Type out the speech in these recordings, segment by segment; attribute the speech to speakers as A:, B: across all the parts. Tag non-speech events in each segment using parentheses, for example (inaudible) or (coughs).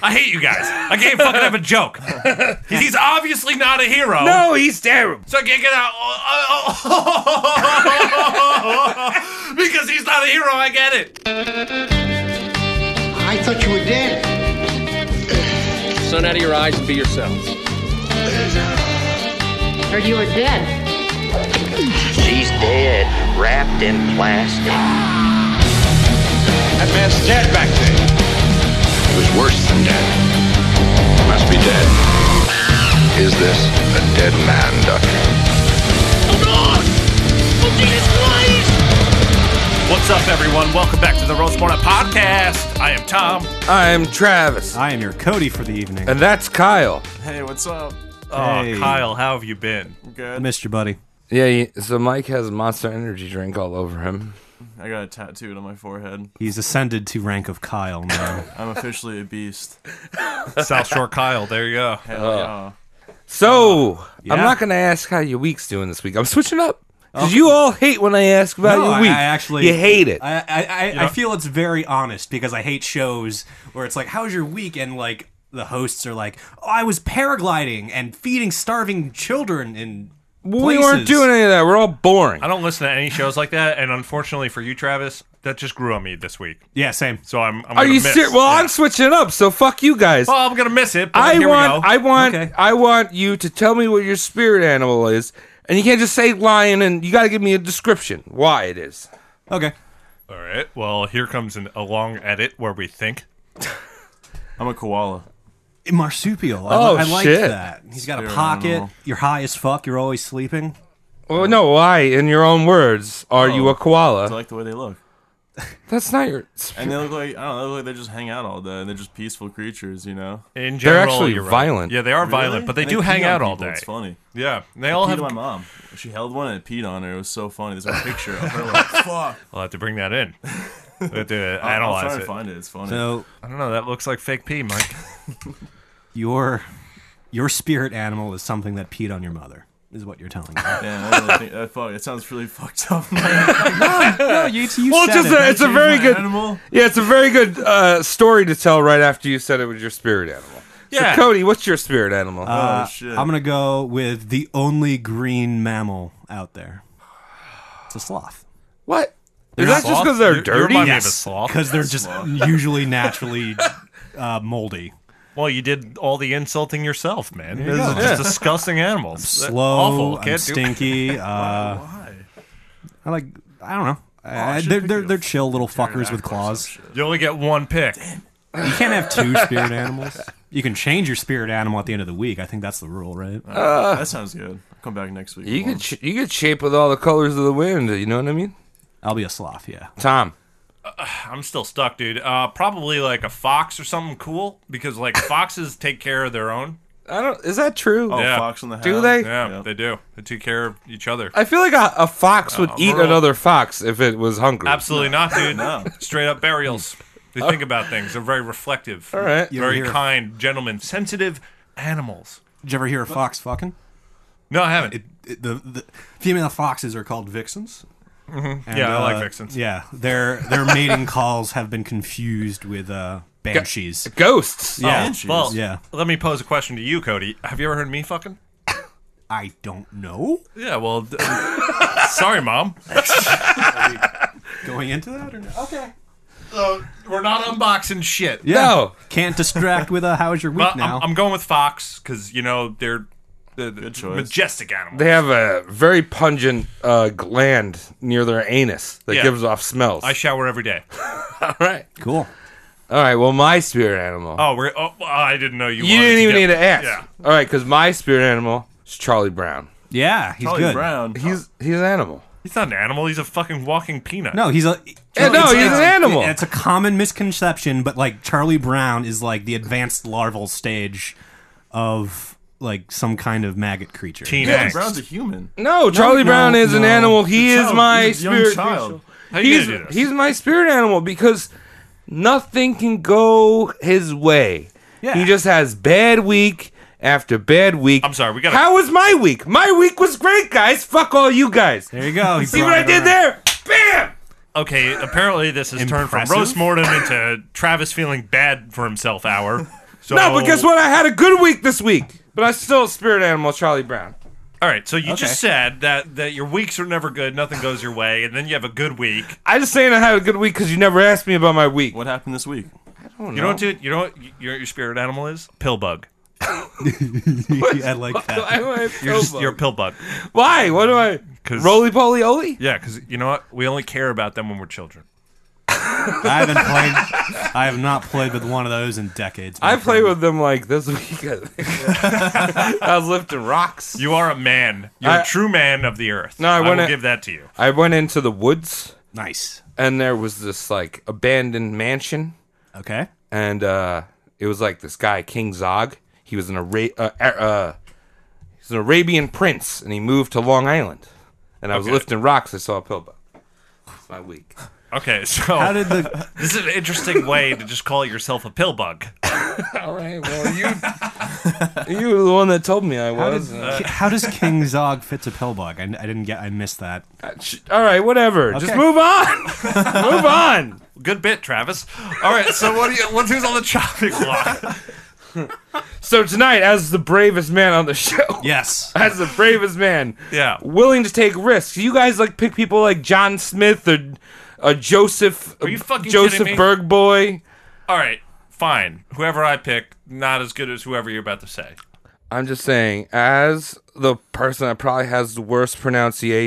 A: I hate you guys. I can't fucking have a joke.
B: (laughs)
A: He's obviously not a hero.
B: No, he's terrible.
A: So I can't get out. (laughs) Oh, oh, oh. because he's not a hero, I get it.
C: I thought you were dead.
D: Sun out of your eyes and be yourselves.
E: or you were dead.
F: She's dead, wrapped in plastic.
G: That man's dead back there. It was worse than dead. Must be dead. Is this a dead man, Doctor?
A: What's up, everyone? Welcome back to the Roast Morning Podcast. I am Tom.
B: I'm Travis,
H: I am your Cody for the evening.
B: and that's Kyle.
I: Hey, what's up?
A: Oh,
H: Hey.
A: Kyle, how have you
H: (laughs)
A: been?
H: I
I: Good.
H: missed you, buddy.
B: Yeah, he, so Mike has Monster Energy drink all over him.
I: I got a tattooed on my forehead.
H: He's ascended to rank of Kyle
B: (laughs)
H: now.
I: I'm officially a beast.
A: South Shore Kyle, there you go.
I: Hell
B: So I'm
H: Yeah.
B: not gonna ask how your week's doing this week. I'm switching up because you all hate when I ask about
H: No,
B: your
H: I-
B: week.
H: I actually-
B: you hate it.
H: I, I, I, I feel it's very honest because I hate shows where it's like, "How's your week?" and like the hosts are like, "Oh, I was paragliding and feeding starving children in
B: we weren't
H: places."
B: doing any of that. We're all boring.
A: I don't listen to any shows like that, and unfortunately for you, Travis, that just grew on me this week.
H: Yeah, same.
A: So I'm. I'm
B: Are
A: gonna
B: you
A: miss.
B: serious? Well,
A: Yeah.
B: I'm switching up. So fuck you guys.
A: Well, Oh, I'm gonna miss it. But
B: I
A: here
B: want,
A: We go.
B: I want,
H: Okay.
B: I want you to tell me what your spirit animal is, and you can't just say lion. And you got to give me a description why it is.
H: Okay.
A: All right. Well, here comes an, a long edit where we think.
I: I'm a koala.
H: Marsupial. I,
B: Oh,
H: I liked
B: shit.
H: that. He's got a
I: Spirit
H: pocket.
I: animal.
H: You're high as fuck. You're always sleeping.
B: Well, no, why? In your own words, are you a
I: I
B: koala?
I: like the way they look.
B: That's not your.
I: And they look like I don't know, they look like they just hang out all day. They're just peaceful creatures, you know.
A: In general,
B: actually
A: you're right.
B: violent.
A: Yeah, they are
I: Really?
A: violent, but they
I: And
A: do
I: pee
A: hang
I: on
A: out all
I: people,
A: day.
I: It's funny.
A: Yeah, and they all
I: Pee
A: have.
I: to my mom. She held one and it peed on her. It was so funny.
A: (laughs)
I: There's a picture of her like, fuck.
A: I'll have to bring that in. We'll have to
I: I'll try
A: analyze
I: and
A: it.
I: find it. It's funny.
H: So
A: I don't know. That looks like fake pee,
B: (laughs)
A: Mike.
H: your your spirit animal is something that peed on your mother. Is what you're
B: (laughs)
H: telling me.
I: Man, I really think, uh, fuck, it sounds really (laughs) fucked up. man.
H: no, you, you
B: Well, it's just a, it's a very
I: My
B: good.
I: animal.
B: Yeah, it's a very good uh, story to tell right after you said it was your spirit animal.
A: Yeah.
B: So, Cody, what's your spirit animal?
I: Oh
H: Uh,
I: shit.
H: I'm gonna go with the only green mammal out there. It's a sloth.
B: what? Is that just
A: sloth?
B: because they're
A: You- you
B: dirty?
A: remind me of a sloth.
H: because they're just usually naturally uh, moldy.
A: Well, you did all the insulting yourself, man. This
H: you
A: is
H: go.
A: just disgusting animals. They're
H: Slow,
A: awful.
H: I'm
A: Can't do-
H: stinky. Uh,
I: Why?
H: I like. I don't know. I-
I: I should
H: they're
I: pick
H: they're,
I: you a
H: they're chill little fuckers with claws.
A: You only get one pick.
H: You can't have two spirit animals. You can change your spirit animal at the end of the week. I think that's the rule, right?
I: that sounds good. I'll come back next week.
B: You
I: with one.
B: could sh- you could shape with all the colors of the wind. You know what I mean?
H: I'll be a sloth. Yeah.
B: Tom.
A: I'm still stuck, dude. Uh, probably like a fox or something cool because
B: (laughs)
A: like foxes take care of their own.
B: I don't. Is that true?
I: Oh,
A: Yeah.
I: Fox on the
B: Do
I: Hound.
B: they?
A: Yeah,
I: Yeah.
A: they do. They take care of each other.
B: I feel like a, a fox would eat
A: rural.
B: another fox if it was hungry.
A: Oh, Absolutely not, dude.
I: No.
A: Straight up burials. They think about things. They're very reflective. All
B: right.
H: You
A: Very
H: ever hear-
A: kind, gentlemen, sensitive animals.
H: Did you ever hear a fox fucking?
A: No, I haven't.
H: it- the, the female foxes are called vixens. And, uh,
A: Yeah, I like vixens.
H: Yeah, their their mating calls have been confused with uh, banshees.
B: Ghosts.
H: yeah,
I: jeez.
A: Oh, well,
H: Yeah.
A: let me pose a question to you, Cody. Have you ever heard me fucking?
H: I don't know.
A: Yeah, well, (laughs) d- sorry, mom.
H: Going into that or no? Okay.
A: We're not unboxing shit.
H: Yeah.
B: No.
H: Can't distract with a how's your week
A: Well,
H: now.
A: I'm, I'm going with fox because you know they're the
I: choice.
A: majestic animals.
B: They have a very pungent uh, gland near their anus that
A: Yeah.
B: gives off smells.
A: I shower every day.
B: All right.
H: cool.
B: All right. Well, my spirit animal.
A: Oh, we're. Oh, I didn't know you.
B: you
A: wanted
B: didn't even
A: to
B: need
A: get-
B: to ask.
A: Yeah.
B: All right, because my spirit animal is Charlie Brown.
H: Yeah, he's
I: Charlie
H: good.
I: Brown.
B: He's he's an animal.
A: He's not an animal. He's a fucking walking peanut.
H: No, he's a.
B: Yeah, no,
H: it's-
B: he's
H: it's-
B: an animal.
H: It's a common misconception, but like Charlie Brown is like the advanced larval stage of like some kind of maggot creature.
A: Teen
I: Charlie
A: angst.
I: Brown's a human.
B: No, Charlie
H: no,
B: Brown is an
H: no.
B: animal. He
I: He's a
B: is
I: child.
B: my
I: He's a young
B: spirit.
I: child.
A: How you
B: He's
A: gonna do this?
B: he's my spirit animal because nothing can go his way.
H: Yeah.
B: He just has bad week after bad week.
A: I'm sorry, we gotta-
B: How was my week? My week was great, guys. Fuck all you guys.
H: There you go. He
B: See what
H: brought
B: I
H: it
B: did
H: around.
B: there? Bam!
A: okay, apparently this has turned from
H: Impressive.
A: roast mortem into Travis feeling bad for himself hour. So,
B: (laughs) no, but guess what? I had a good week this week, but I still a spirit animal, Charlie Brown.
A: All right, so you just said that that your weeks are never good, nothing goes your way, and then you have a good week.
B: I just saying I had a good week because you never asked me about my week.
I: What happened this week?
A: You know what, dude? You know what? You know what your spirit animal is? Pill bug.
H: (laughs) I
B: (laughs)
H: like
B: Why
H: that.
B: am I a
A: You're, just,
B: pillbug?
A: you're a pill bug.
B: Why? What do I?
A: (laughs) 'Cause-
B: Roly poly oly?
A: Yeah, because you know what? We only care about them when we're children.
H: I haven't played. I have not played with one of those in decades. my
B: I played
H: friend.
B: with them like this week. (laughs) I, think. I was lifting rocks.
A: You are a man. You're a
B: I-
A: true man of the earth.
B: No, I
A: will
B: wanna-
A: give that to you.
B: I went into the woods
H: nice.
B: and there was this like abandoned mansion
H: Okay.
B: and uh it was like this guy King Zog. He was an Ara- uh, uh, uh, he's an Arabian prince and he moved to Long Island. And I was
A: Okay.
B: lifting rocks. I saw a pillbug. That's my week.
A: Okay, so
H: How did the
A: (laughs) this is an interesting way to just call yourself a pill bug.
B: All right. Well, you (laughs) you were the one that told me I
H: how,
B: was.
H: did,
A: uh,
H: how does King Zog fit to Pillbug? I, I didn't get. I missed that.
B: All right. Whatever. Just
H: Okay.
B: move on. (laughs) move on.
A: Good bit, Travis. All right, so what do you, what's who's on the chopping block?
B: So tonight, as the bravest man on the (laughs) show.
H: Yes.
B: As the bravest man.
A: Yeah.
B: Willing to take risks. You guys like pick people like John Smith or uh, Joseph.
A: you fucking
B: Joseph
A: kidding me?
B: Bergboy.
A: All right, fine. Whoever I pick, not as good as whoever you're about to say.
B: I'm just saying, as the person that probably has the worst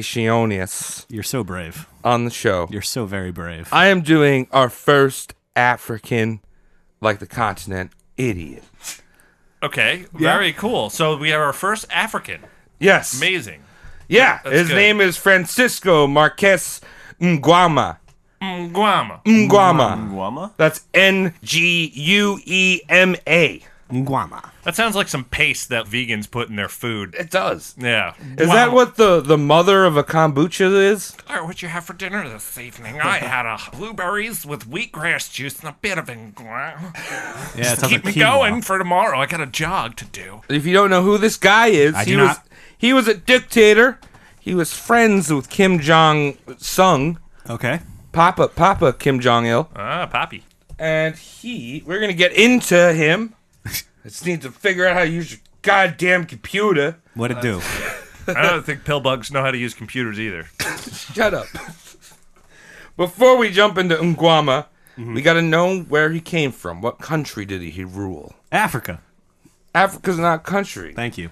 B: pronunciationis
H: You're so brave.
B: on the show,
H: You're so very brave.
B: I am doing our first African, like the continent, idiot.
A: Okay, very cool. So we have our first African.
B: Yes.
A: Amazing.
B: Yeah. His
A: good.
B: name is Francisco Marques Nguama.
A: Guam.
B: Nguama.
I: Guama?
B: That's N G U E M A.
H: Nguama.
A: That sounds like some paste that vegans put in their food.
B: It does.
A: Yeah.
B: Is that what the, the mother of a kombucha is?
A: All right, what you have for dinner this evening? (laughs) I had uh, blueberries with wheatgrass juice and a bit of ingwa.
H: Yeah, it sounds
A: Keep
H: like
A: me
H: quinoa.
A: going for tomorrow. I got a jog to do.
B: If you don't know who this guy is,
H: I
B: he
H: do
B: was
H: not.
B: he was a dictator. He was friends with Kim Jong Sung,
H: Okay.
B: Papa Papa Kim Jong Il,
H: Uh.
A: Ah, (laughs) Poppy.
B: and he. We're gonna get into him. (laughs) I just need to figure out how to use your goddamn computer.
H: What'd it do?
A: I don't think pill bugs know how to use computers either.
B: Shut up. (laughs) Before we jump into Nguama,
H: Mm-hmm.
B: we got to know where he came from. What country did he rule?
H: Africa.
B: Africa's not a country.
H: Thank you.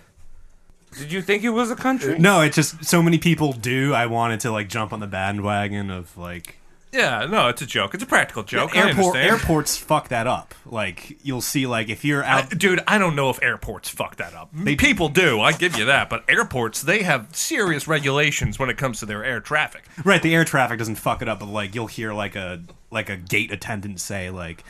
B: Did you think it was a country?
H: No, it's just so many people do. I wanted to like jump on the bandwagon of like
A: Yeah, no, it's a joke. It's a practical joke. I
H: airport.
A: understand.
H: Airports fuck that up. Like you'll see, like if you're
A: I-
H: out,
A: dude, I don't know if airports fuck that up. People do, I give you that, but airports, they have serious regulations when it comes to their air traffic.
H: right? The air traffic doesn't fuck it up, but like you'll hear like a like a gate attendant say like,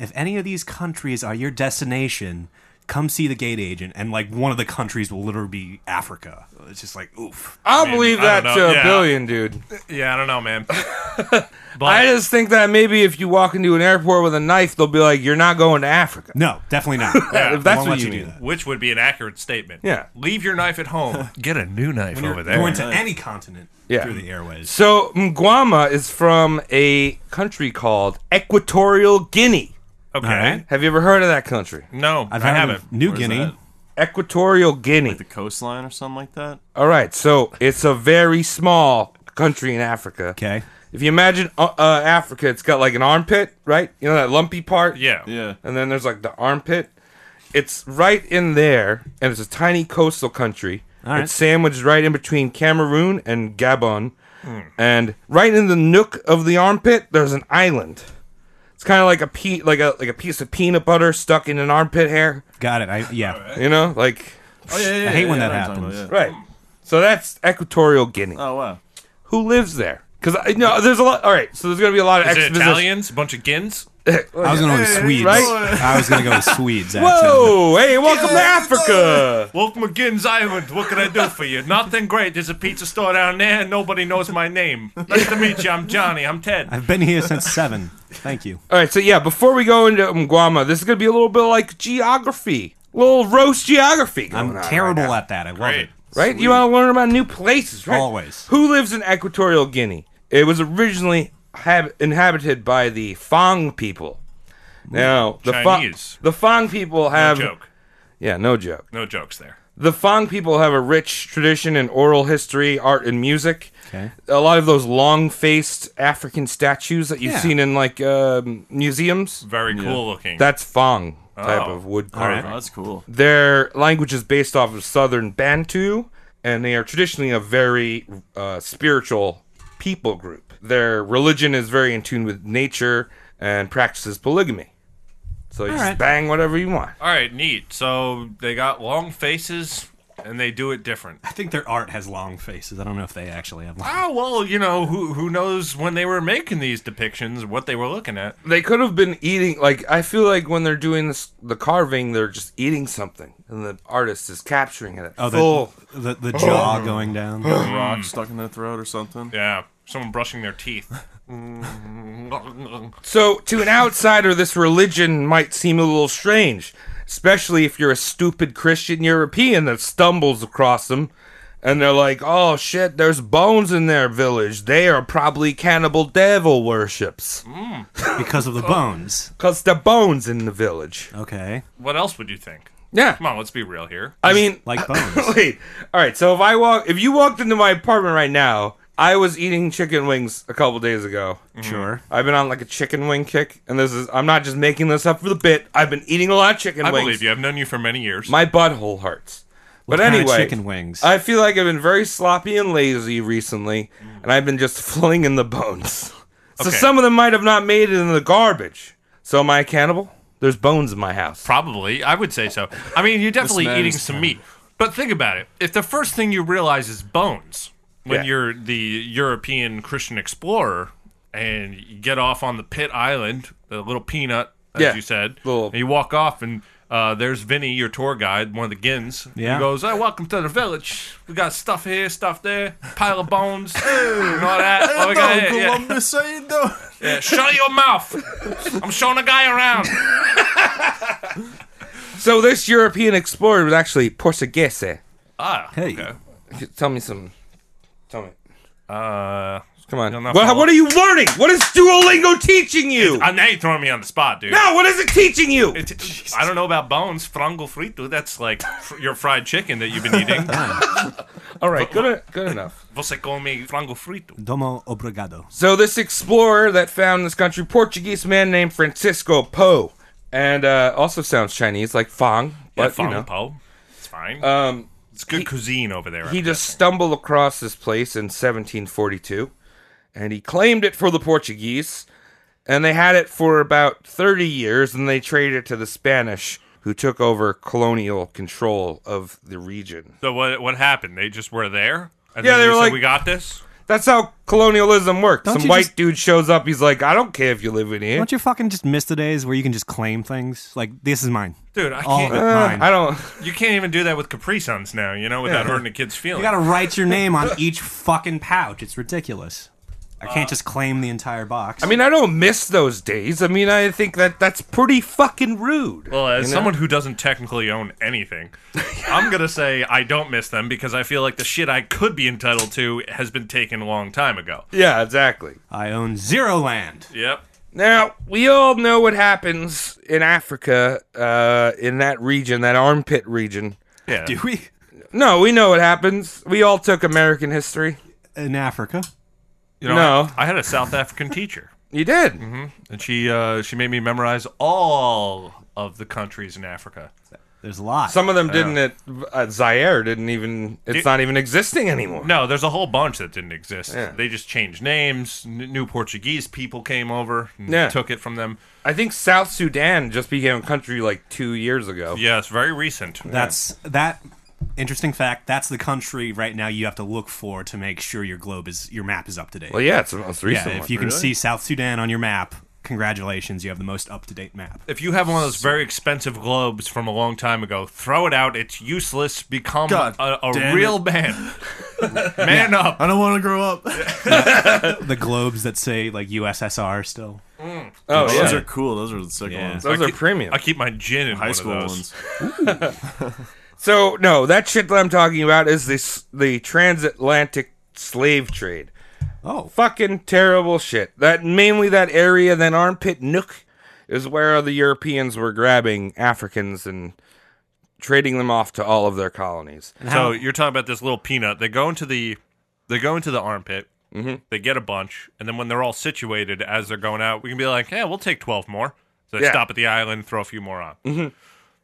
H: if any of these countries are your destination. Come see the gate agent, and like one of the countries will literally be Africa. It's just like oof.
B: I'll
A: mean,
B: believe
A: I don't
B: that
A: know.
B: to a
A: Yeah.
B: billion, dude.
A: Yeah, I don't know, (laughs) man. but
B: I just think that maybe if you walk into an airport with a knife, they'll be like, "You're not going to Africa."
H: No, definitely not.
A: Yeah,
B: if that's
H: won't
B: what
H: let
B: you
H: do
B: mean.
H: that.
A: which would be an accurate statement.
B: Yeah.
A: Leave your knife at home. (laughs) Get a new knife over there.
H: Going to any continent
B: Yeah.
H: through the airways.
B: So Nguama is from a country called Equatorial Guinea.
A: okay.
H: Alright.
B: Have you ever heard of that country?
A: No, I've I have not
H: New
I: Where's
H: Guinea.
I: that?
B: Equatorial Guinea.
I: The coastline or something like that?
B: All right, so it's a very small country in Africa.
H: Okay.
B: If you imagine uh, uh, Africa, it's got like an armpit, right? You know that lumpy part?
A: Yeah.
I: Yeah.
B: And then there's like the armpit. It's right in there, and it's a tiny coastal country.
H: right.
B: It's sandwiched right in between Cameroon and Gabon. And right in the nook of the armpit, there's an island. It's kind of like a pe- like a like a piece of peanut butter stuck in an armpit hair,
H: Got it. I yeah.
B: you know? Like
I: Oh, yeah, yeah,
H: I hate
I: yeah,
H: when
I: yeah,
H: that
I: I know what you're
H: happens.
I: talking about,
B: right. So that's Equatorial Guinea.
I: yeah. Oh, wow.
B: Who lives there? Cuz I know there's a lot All right, so there's going to be a lot of
A: Is it
B: exposition.
A: Italians? A bunch of gins?
H: I was gonna go with Swedes.
B: right?
H: I was gonna go with Swedes. Actually.
B: Whoa, Oh, hey, welcome to Africa.
A: Wolf McGinn's Island, what can I do for you? Nothing great. There's a pizza store down there and nobody knows my name. Nice to meet you. I'm Johnny. I'm Ted.
H: I've been here since seven. Thank you.
B: All right, so yeah, before we go into Mguama, this is going to be a little bit like geography, little roast geography. going
H: I'm
B: on
H: terrible
B: right now,
H: at that. I love
A: Great.
H: it.
B: right? You want to learn about new places, right?
H: Always.
B: Who lives in Equatorial Guinea? It was originally hab- inhabited by the Fang people, Now the Fong,
A: Chinese.
B: the Fong people have
A: joke.
B: yeah, no joke.
A: No jokes there.
B: The Fang people have a rich tradition in oral history, art, and music.
H: Okay.
B: A lot of those long-faced African statues that you've
H: Yeah.
B: seen in like um, museums.
A: Very cool looking.
B: That's Fang type
A: Oh.
B: of wood
H: right.
B: carving.
I: Oh, that's cool.
B: Their language is based off of Southern Bantu, and they are traditionally a very uh, spiritual people group. Their religion is very in tune with nature and practices polygamy. So you just
H: right.
B: bang whatever you want.
A: All right, neat. So they got long faces and they do it different.
H: I think their art has long faces. I don't know if they actually have long.
A: Oh well, you know who who knows when they were making these depictions, what they were looking at.
B: They could have been eating. Like I feel like when they're doing this, the carving, they're just eating something, and the artist is capturing it.
H: Oh,
B: Oh,
H: the,
B: full.
H: the, the jaw going down.
B: Hmm.
I: Rock stuck in their throat or something.
A: Yeah, someone brushing their teeth.
B: So to an outsider, this religion might seem a little strange, especially if you're a stupid Christian European that stumbles across them, and they're like, "Oh shit, there's bones in their village. They are probably cannibal devil worships,
H: because of the bones.
B: cause the bones in the village."
H: Okay.
A: what else would you think?
B: Yeah,
A: Come on, let's be real here.
B: I mean,
H: Like bones.
B: (coughs) Wait. All right. So if I walk, if you walked into my apartment right now, I was eating chicken wings a couple days ago.
H: sure.
B: I've been on like a chicken wing kick, and this is I'm not just making this up for the bit. I've been eating a lot of chicken
A: I
B: wings.
A: believe you. I've known you for many years.
B: My butthole hurts. but
H: kind of
B: anyway,
H: chicken wings?
B: I feel like I've been very sloppy and lazy recently, and I've been just (laughs) flinging the bones. So
A: Okay.
B: some of them might have not made it in the garbage. So am I a cannibal? There's bones in my house.
A: Probably, I would say so. I mean, you're definitely
I: man
A: eating
I: is
A: some meat. But think about it. If the first thing you realize is bones when
B: Yeah.
A: you're the European Christian explorer and you get off on the pit island, the little peanut, as
B: Yeah.
A: you said,
B: Little-
A: and you walk off and uh, there's Vinny, your tour guide, one of the gins.
H: Yeah.
A: He goes, Hey, welcome to the village. We got stuff here, stuff there, pile of bones, and all that. What we got here, yeah.
I: Columbus, how you doing?
A: Yeah, Shut your mouth. I'm showing a guy around.
B: So this European explorer was actually Portuguese.
A: Ah,
H: Hey.
A: okay.
B: Tell me some. Tell me.
A: Uh,
B: Come on.
A: You'll not
B: What,
A: follow-
B: what are you learning? What is Duolingo teaching you?
A: Uh, now you're throwing me on the spot, dude.
B: no, what is it teaching you?
A: It- (laughs) I don't know about bones. Frango frito, that's like fr- your fried chicken that
B: (laughs)
A: you've been eating.
B: All right, good, good enough.
A: Você come frango frito.
H: Domo obrigado.
B: So this explorer that found this country, Portuguese man named Francisco Po, and uh, also sounds Chinese, like Fang,
A: Yeah,
B: but you
A: frango
B: know,
A: po. It's fine.
B: um,
A: it's good cuisine over there.
B: he just stumbled across this place in 1742, and he claimed it for the Portuguese, and they had it for about 30 years, and they traded it to the Spanish, who took over colonial control of the region.
A: so what what happened? They just were there. And
B: Yeah,
A: then
B: they
A: you
B: were
A: said,
B: like-
A: we got this.
B: That's how colonialism works.
H: Don't
B: Some
H: you
B: white
H: just-
B: dude shows up. He's like, I don't care if you live in here.
H: Don't you fucking just miss the days where you can just claim things? Like, this is mine.
A: Dude, I
H: All of
A: can't.
H: it,
B: Uh,
H: mine.
B: I don't.
A: you can't even do that with Capri Suns now. You know, without hurting a kid's
H: You
A: feelings.
H: gotta write your
B: (laughs)
H: name on each fucking pouch. It's ridiculous. I can't just claim the entire box.
B: I mean, I don't miss those days. I mean, I think that that's pretty fucking rude.
A: Well, as
B: you know?
A: someone who doesn't technically own
B: (laughs)
A: anything, I'm gonna say I don't miss them because I feel like the shit I could be entitled to has been taken a long time ago.
B: Yeah, exactly.
H: I own zero land.
A: Yep.
B: Now we all know what happens in Africa, uh, in that region, that armpit region.
A: Yeah.
H: Do we?
B: No, we know what happens. We all took American history.
H: In Africa?
A: You know,
B: No.
A: I, I had a South African teacher,
B: You did.
A: and she uh, she made me memorize all of the countries in Africa.
H: There's a lot.
B: Some of them didn't. At, uh, Zaire didn't even. It's
A: It-
B: not even existing anymore.
A: No, there's a whole bunch that didn't exist.
B: Yeah.
A: They just changed names. N- new Portuguese people came over and
B: Yeah.
A: took it from them.
B: I think South Sudan just became a country like two years ago.
A: Yes, very recent.
H: That's that interesting fact. That's the country right now you have to look for to make sure your globe is your map is up to date.
B: Well, yeah, it's the most
H: yeah,
B: recent one.
H: if you can see South Sudan on your map, congratulations, you have the most up to date map.
A: If you have one of those very expensive globes from a long time ago, throw it out. It's useless. Become
I: God
A: a, a
I: damn
A: real
I: (laughs)
A: man. man up.
I: I don't want to grow up.
H: The globes that say like USSR still.
B: oh,
I: Those
B: yeah.
I: are cool. Those are the sick
H: Yeah.
I: ones.
B: those
A: I
B: are
A: keep-
B: premium.
A: I keep my gin in
I: High
A: one
I: school
A: of those.
I: ones.
B: So no, that shit that I'm talking about is this the transatlantic slave trade.
H: Oh.
B: Fucking terrible shit. That mainly that area, that armpit nook. is where the Europeans were grabbing Africans and trading them off to all of their colonies.
A: So you're talking about this little peanut. They go into the they go into the armpit. Mm-hmm. They get a bunch, and then when they're all situated as they're going out, we can be like, "Yeah, we'll take twelve more." So they
B: Yeah.
A: stop at the island, throw a few more on.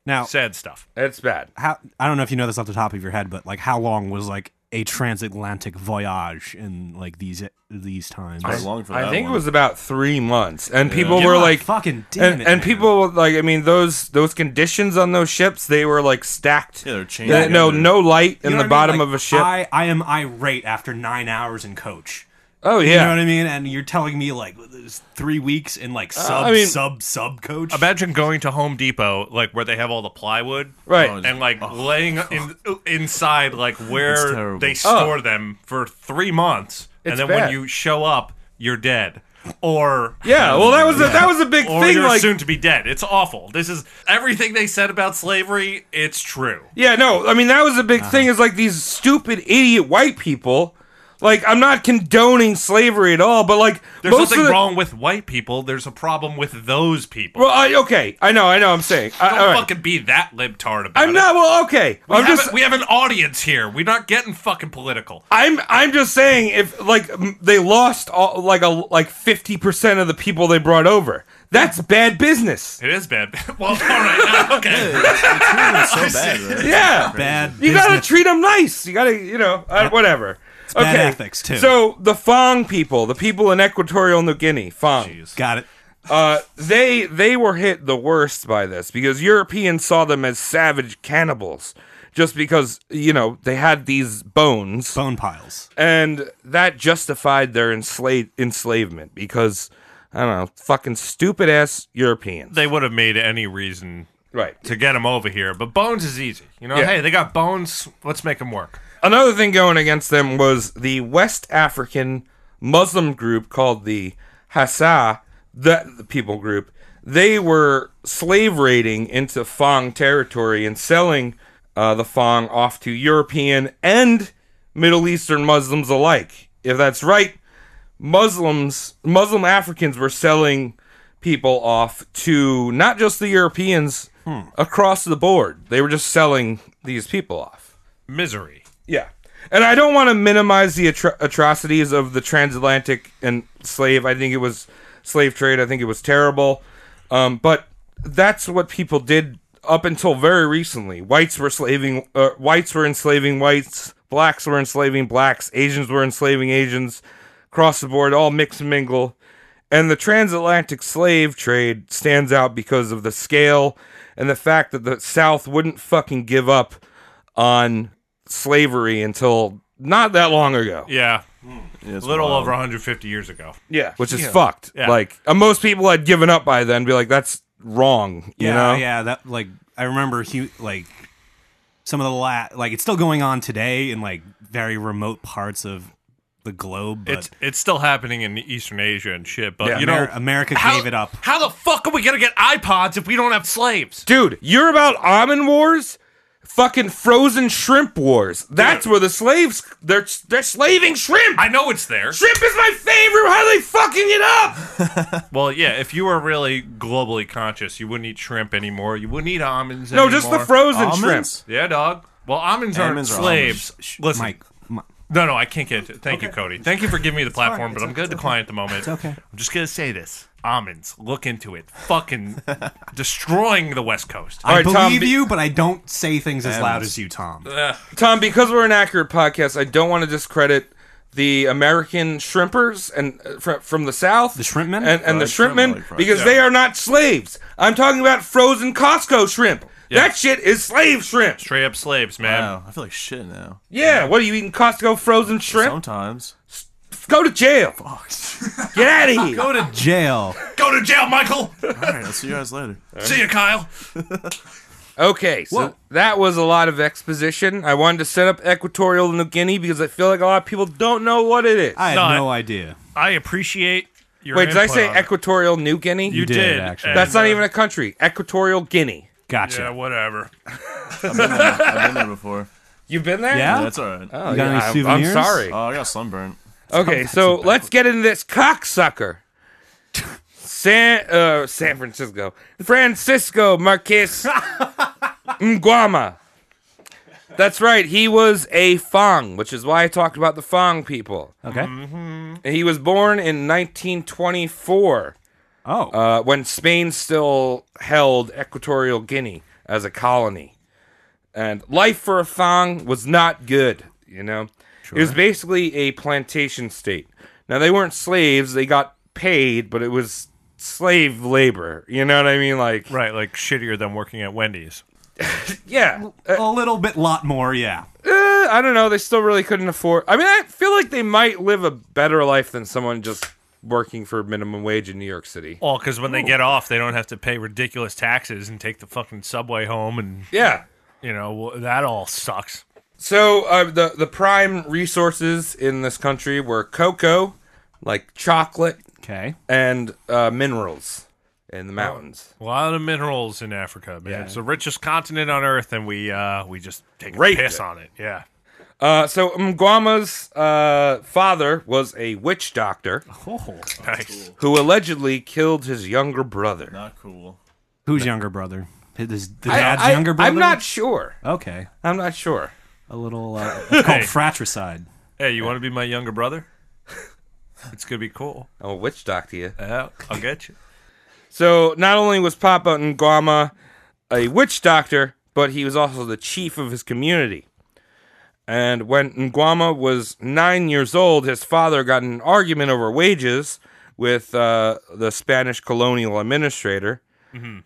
H: Now,
A: Sad stuff.
B: It's bad.
H: how I don't know if you know this off the top of your head, but like how long was like a transatlantic voyage in like these these times?
I: I was long for that
B: I think
I: one.
B: it was about three months, and people
H: Yeah.
B: were
H: God
B: like,
H: fucking damn
B: and,
H: it,
B: and
H: man.
B: people like, I mean, those those conditions on those ships, they were like stacked.
I: Yeah, they're chained
B: They- No,
I: together.
B: no light in
H: You know
B: the
H: what I mean?
B: bottom
H: Like,
B: of a ship.
H: I, I am irate after nine hours in coach.
B: oh yeah,
H: You know what I mean? And you're telling me like there's three weeks in like sub
B: I mean-
H: sub sub coach.
A: Imagine going to Home Depot, like where they have all the plywood,
B: Right.
I: Oh,
A: And like laying in, uh, inside, like
I: It's
A: where
I: terrible. Oh.
A: they store them for three months,
B: It's
A: and then
B: bad.
A: when you show up, you're dead. Or
B: yeah. Well, that was a, that was a big
A: or
B: thing.
A: you're
B: Like,
A: soon to be dead. It's awful. This is everything they said about slavery. It's true.
B: yeah, no, I mean, that was a big thing. Is like these stupid idiot white people. Like, I'm not condoning slavery at all, but like
A: There's
B: most
A: nothing
B: of the,
A: wrong with white people. There's a problem with those people.
B: Well, I, okay, I know, I know. I'm saying, I,
A: Don't
B: all right.
A: fucking be that libtard about
B: I'm
A: it.
B: not. Well, okay.
A: We,
B: I'm
A: have
B: just.
A: a- we have an audience here. We're not getting fucking political.
B: I'm I'm just saying if like m- they lost all, like a like 50% of the people they brought over. That's bad business.
A: It is bad. (laughs) well, all right. (laughs) now, okay.
I: It's
H: (laughs)
I: so bad, right?
B: Yeah.
H: bad.
B: You
H: business.
B: got to treat them nice. You got to, you know, uh, whatever.
H: bad ethics, too.
B: So the Fong people, the people in Equatorial New Guinea, Fong.
H: got it.
B: Uh, they they were hit the worst by this because Europeans saw them as savage cannibals just because, you know, they had these bones.
H: Bone piles.
B: and that justified their ensla- enslavement because I don't know, fucking stupid ass Europeans,
A: They would have made any reason
B: right?
A: to get them over here, but bones is easy. You know,
B: Yeah.
A: hey, they got bones. Let's make them work.
B: Another thing going against them was the West African Muslim group called the Hassa, the, the people group. They were slave raiding into Fang territory and selling uh, the Fang off to European and Middle Eastern Muslims alike. If that's right, Muslims, Muslim Africans were selling people off to not just the Europeans across the board. They were just selling these people off.
A: Misery.
B: Yeah. And I don't want to minimize the atro- atrocities of the transatlantic and slave. I think it was slave trade. I think it was terrible. Um, but that's what people did up until very recently. Whites were slaving. Uh, whites were enslaving whites. Blacks were enslaving blacks. Asians were enslaving Asians. Across the board, all mix and mingle. And the transatlantic slave trade stands out because of the scale and the fact that the South wouldn't fucking give up on slavery until not that long ago.
A: Yeah.
I: Yeah, it's
A: Hmm. A little
I: wild.
A: over 150 years ago.
B: Yeah. Which is fucked.
A: Yeah.
B: Like, uh, most people had given up by then, be like, that's wrong. You
H: yeah,
B: know?
H: yeah. That like I remember he like some of the la- like it's still going on today in like very remote parts of the globe. But
A: It's it's still happening in Eastern Asia and shit, but
B: Yeah.
A: you know,
H: Amer- America
A: how,
H: gave it up.
A: How the fuck are we gonna get iPods if we don't have slaves?
B: Dude, you're about almond wars? Fucking frozen shrimp wars. That's where the slaves, they're, they're slaving shrimp.
A: I know it's there.
B: shrimp is my favorite. How they fucking it up?
A: Well, yeah. If you were really globally conscious, you wouldn't eat shrimp anymore. You wouldn't eat almonds.
B: No, just the
A: anymore.
B: frozen shrimp.
I: Almonds?
A: Yeah, dog. Well, almonds,
I: Almonds
A: aren't
I: are
A: slaves.
H: Shh,
A: Listen,
H: Mike, Mi-
A: no, no, I can't get. it. Thank you, Cody. Thank you for giving me the platform, but I'm going to decline at the moment. It's
H: okay.
A: I'm just going to say this: almonds. Look into it. Fucking destroying the West Coast.
H: I
B: right, Tom,
H: believe
B: be-
H: you, but I don't say things as loud
I: Evans.
H: as you, Tom.
B: Tom, because we're an accurate podcast, I don't want to discredit the American shrimpers and uh, fr- from the South, the
H: shrimpmen?
B: and, and the
I: Fried shrimp,
B: shrimpmen,
I: like fried-
B: because they are not slaves. I'm talking about frozen Costco shrimp. That shit is slave shrimp.
A: Straight up slaves, man.
I: Wow, I feel like shit now.
B: Yeah, what are you eating? Costco frozen shrimp?
I: Sometimes.
B: Go to
H: (laughs)
B: jail. Get out of here.
H: Go to jail.
A: Go to jail, Michael.
I: All right, I'll see you
B: (laughs)
I: guys later.
A: See you, Kyle.
B: Okay, so that was a lot of exposition. I wanted to set up Equatorial New Guinea because I feel like a lot of people don't know what it is.
H: I had
A: No,
H: no idea.
A: I appreciate your.
B: Wait, did I
A: input
B: say
A: on it.
B: Equatorial New Guinea?
A: You
H: did,
A: did,
H: actually.
A: and,
B: That's not
A: uh,
B: even a country. Equatorial Guinea.
A: Yeah,
H: Gotcha.
A: whatever.
I: I've been there before.
B: You've been there?
H: Yeah?
I: Yeah, that's all right.
B: Oh,
H: You got any
B: I'm-
H: souvenirs?
B: I'm, sorry.
I: Oh, I got sunburnt.
B: okay, so let's get into this cocksucker. San uh, San Francisco, Francisco Marquez Nguama. That's right. He was a Fong, which is why I talked about the Fong people.
H: Okay.
B: Mm-hmm. He was born in 1924
H: Oh,
B: uh, when Spain still held Equatorial Guinea as a colony. And life for a Fong was not good, you know? It was basically a plantation state. Now, they weren't slaves, they got paid, but it was slave labor. You know what I mean? Like,
A: Right, like shittier than working at Wendy's.
B: yeah. Uh,
H: a little bit, lot more. Yeah.
B: I don't know. They still really couldn't afford. I mean, I feel like they might live a better life than someone just working for minimum wage in New York City.
A: Well, because when they get off, they don't have to pay ridiculous taxes and take the fucking subway home, and
B: Yeah.
A: you know well, that all sucks.
B: So uh, the the prime resources in this country were cocoa, like chocolate,
H: Okay.
B: and uh, minerals in the mountains.
A: A lot of minerals in Africa, man.
H: Yeah.
A: It's the richest continent on Earth, and we uh, we just take a
B: Raped
A: piss
B: it.
A: on it. Yeah,
B: Uh, so Mguama's uh, father was a witch doctor
H: Oh.
A: nice.
B: who allegedly killed his younger brother.
I: Not cool.
H: Who's younger brother? His, the
B: I-
H: dad's
B: I-
H: younger brother.
B: I'm not sure.
H: Okay.
B: I'm not sure.
H: A little. Uh,
B: (laughs)
H: it's called
A: Hey.
H: fratricide.
A: Hey, you want to be my younger brother? It's gonna be cool.
B: I'm a witch doctor. You.
A: Uh, I'll get you.
B: So not only was Papa Ngwama a witch doctor, but he was also the chief of his community. And when Ngwama was nine years old, his father got in an argument over wages with uh, the Spanish colonial administrator,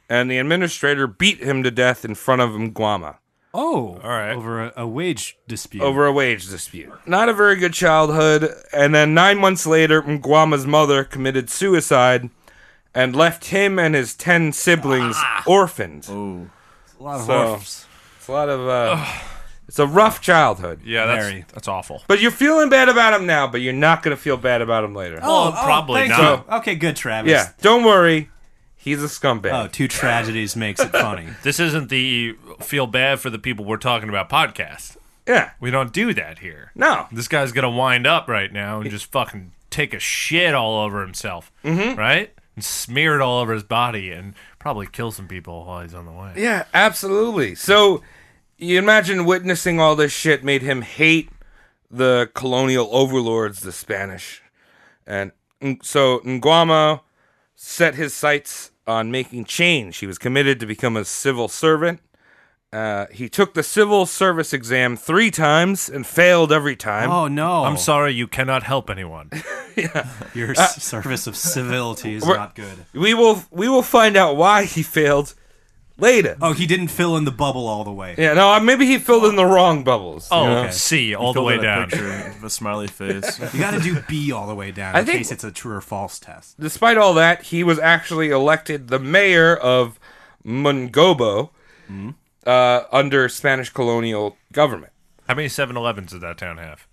B: and the administrator beat him to death in front of Ngwama
H: Oh. All
A: right.
H: Over a, a wage dispute.
B: over a wage dispute. Not a very good childhood. And then nine months later, Mguama's mother committed suicide and left him and his ten siblings
A: Ah.
B: orphaned.
A: Oh.
I: Ooh.
H: a lot of
B: so-
H: horses.
B: It's a lot of. Uh, it's a rough childhood.
A: Yeah, that's
H: Very.
A: that's awful.
B: But you're feeling bad about him now, but you're not gonna feel bad about him later.
A: Well, probably
H: oh, thank
A: not.
H: you. Okay. Good, Travis.
B: Yeah, don't worry. He's a scumbag.
A: Uh,
H: Oh, two tragedies makes
B: (laughs)
H: it funny.
A: This isn't the feel bad for the people we're talking about podcast.
B: Yeah.
A: We don't do that here.
B: No.
A: This guy's gonna wind up right now and just fucking take a shit all over himself, mm-hmm. right? And smear it all over his body and probably kill some people while he's on the way.
B: Yeah, absolutely. So you imagine witnessing all this shit made him hate the colonial overlords, the Spanish. And Ng- so Nguama set his sights on making change. He was committed to become a civil servant. Uh, he took the civil service exam three times and failed every time.
H: Oh no.
A: I'm sorry, you cannot help anyone.
H: Your s service of civility is
B: Uh, we're-
H: not good.
B: We will we will find out why he failed later.
H: Oh, he didn't fill in the bubble all the way.
B: Yeah, no, uh, maybe he filled in the wrong bubbles.
A: Oh,
B: you know?
A: okay. C all the
I: Filled
A: way
I: out a
A: down.
I: Picture of a
B: (laughs)
I: smiley face.
H: You got to do B all the way down
B: I
H: in
B: think-
H: case it's a true or false test.
B: despite all that, he was actually elected the mayor of Mungobo uh, under Spanish colonial government.
A: How many 7-Elevens did that town have?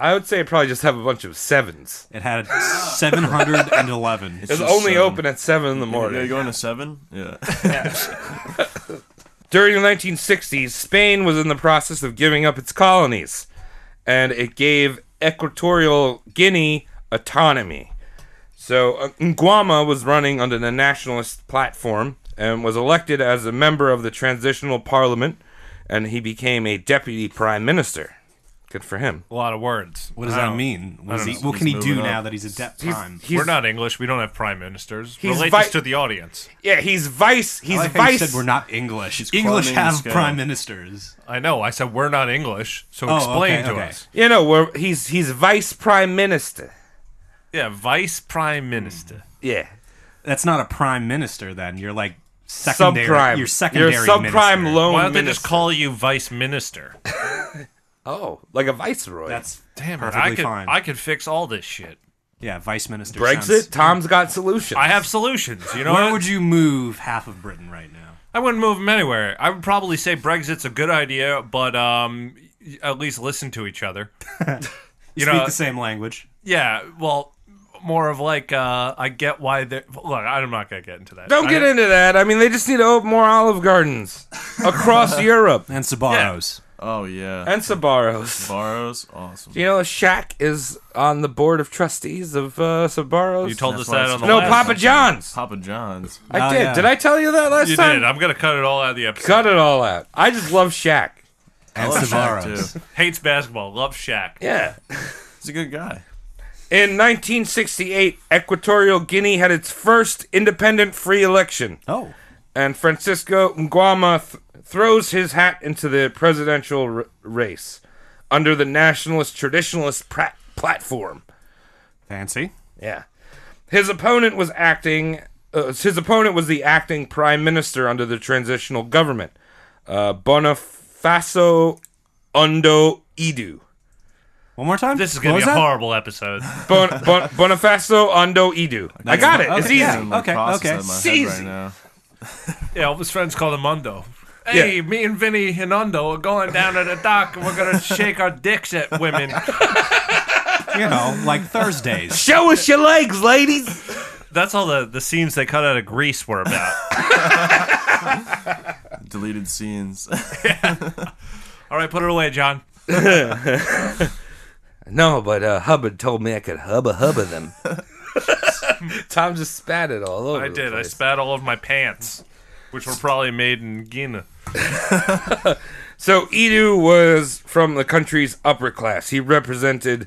B: I would say it probably just have a bunch of sevens.
H: It had 711.
B: It's
I: Just
B: only
I: seven.
B: open at seven in the
I: Yeah,
B: morning.
I: going to seven? Yeah.
B: During the 1960s, Spain was in the process of giving up its colonies, and it gave Equatorial Guinea autonomy. So uh, Nguama was running under the nationalist platform and was elected as a member of the transitional parliament, and he became a deputy prime minister. Good for him.
A: A lot of words.
H: What does that mean? What, is he,
A: know.
H: what can he
I: He's
H: do
I: moving
H: now
I: up.
H: that he's a debt prime?
B: He's-
A: We're not English. We don't have prime ministers.
B: He's
A: Relate
B: vi-
A: this to the audience.
B: Yeah, he's vice. He's
H: I like how you
B: vice.
H: said we're not English.
I: He's
H: English
I: climbing the
H: have
I: scale.
H: prime ministers.
A: I know. I said we're not English, so
H: Oh,
A: explain
H: okay,
A: to
H: okay.
A: us.
B: you know, we're, he's he's vice prime minister.
A: Yeah, vice prime minister.
B: Yeah.
H: That's not a prime minister. Then you're like secondary.
B: subprime.
H: You're secondary.
B: You're subprime
H: Hmm. minister.
B: loan
A: Why don't they just
B: minister.
A: call you vice minister?
H: (laughs)
B: Oh, like a viceroy.
H: That's
A: Damn it!
H: perfectly
A: I could
H: fine.
A: I could fix all this shit.
H: yeah, vice minister.
B: Brexit.
H: sounds-
B: Tom's got solutions.
A: I have solutions. You know
H: Where
A: what?
H: would you move half of Britain right now?
A: I wouldn't move them anywhere. I would probably say Brexit's a good idea, but um, y- at least listen to each other. you
H: Speak
A: know,
H: the same language.
A: yeah. Well, more of like uh, I get why they look. I'm not gonna get into that.
B: Don't get
A: I, (laughs)
B: into that. I mean, they just need to open more Olive Gardens across Europe.
H: And Sabaros.
I: Oh yeah.
B: and Sabaros.
I: Barros, awesome.
B: You know, Shaq is on the board of trustees of uh, Sabaros.
A: You told us
I: why
A: that
I: it's
A: on the
I: called-
B: no
A: last
B: Papa
A: one.
B: John's.
I: Papa John's.
B: I
H: Oh,
B: did.
H: yeah.
B: Did I tell you that last
A: You
B: time?
A: did. I'm gonna cut it all out of the episode.
B: Cut it all out. I just love Shaq.
H: and
I: love Shaq,
H: Savaros.
I: too.
A: Hates basketball. Loves Shaq.
B: Yeah.
I: He's a good guy.
B: In 1968, Equatorial Guinea had its first independent free election,
H: Oh,
B: and Francisco Nguema th- throws his hat into the presidential r- race under the nationalist traditionalist pra- platform.
H: fancy.
B: Yeah. His opponent was acting. Uh, his opponent was the acting prime minister under the transitional government, uh, Bonifacio Undo Idu.
H: One more time.
A: This is
H: What
A: gonna
H: was
A: be a
H: that?
A: horrible episode.
B: Bon- bon- (laughs) Bonifacio Undo Idu. I got it. It's
H: Okay,
B: easy.
H: yeah.
I: I'm, like,
H: okay,
I: processing in
H: okay.
I: my
B: It's
I: head
B: easy.
I: Right now.
A: Yeah, all his friends called him Undo. Hey, me and Vinny and Undo are going down to the dock and we're gonna shake our dicks at women.
H: You know, like Thursdays.
B: Show us your legs, ladies.
A: That's all the, the scenes they cut out of Grease were about.
I: Deleted scenes. (laughs)
A: all right, put it away, John.
B: No, but uh, Hubbard told me I could hubba
A: (laughs)
B: hubba them. Tom just spat it all over.
A: I
B: the
A: did. I
B: place.
A: spat all of my pants, which were probably made in Guinea.
B: So Edu was from the country's upper class. He represented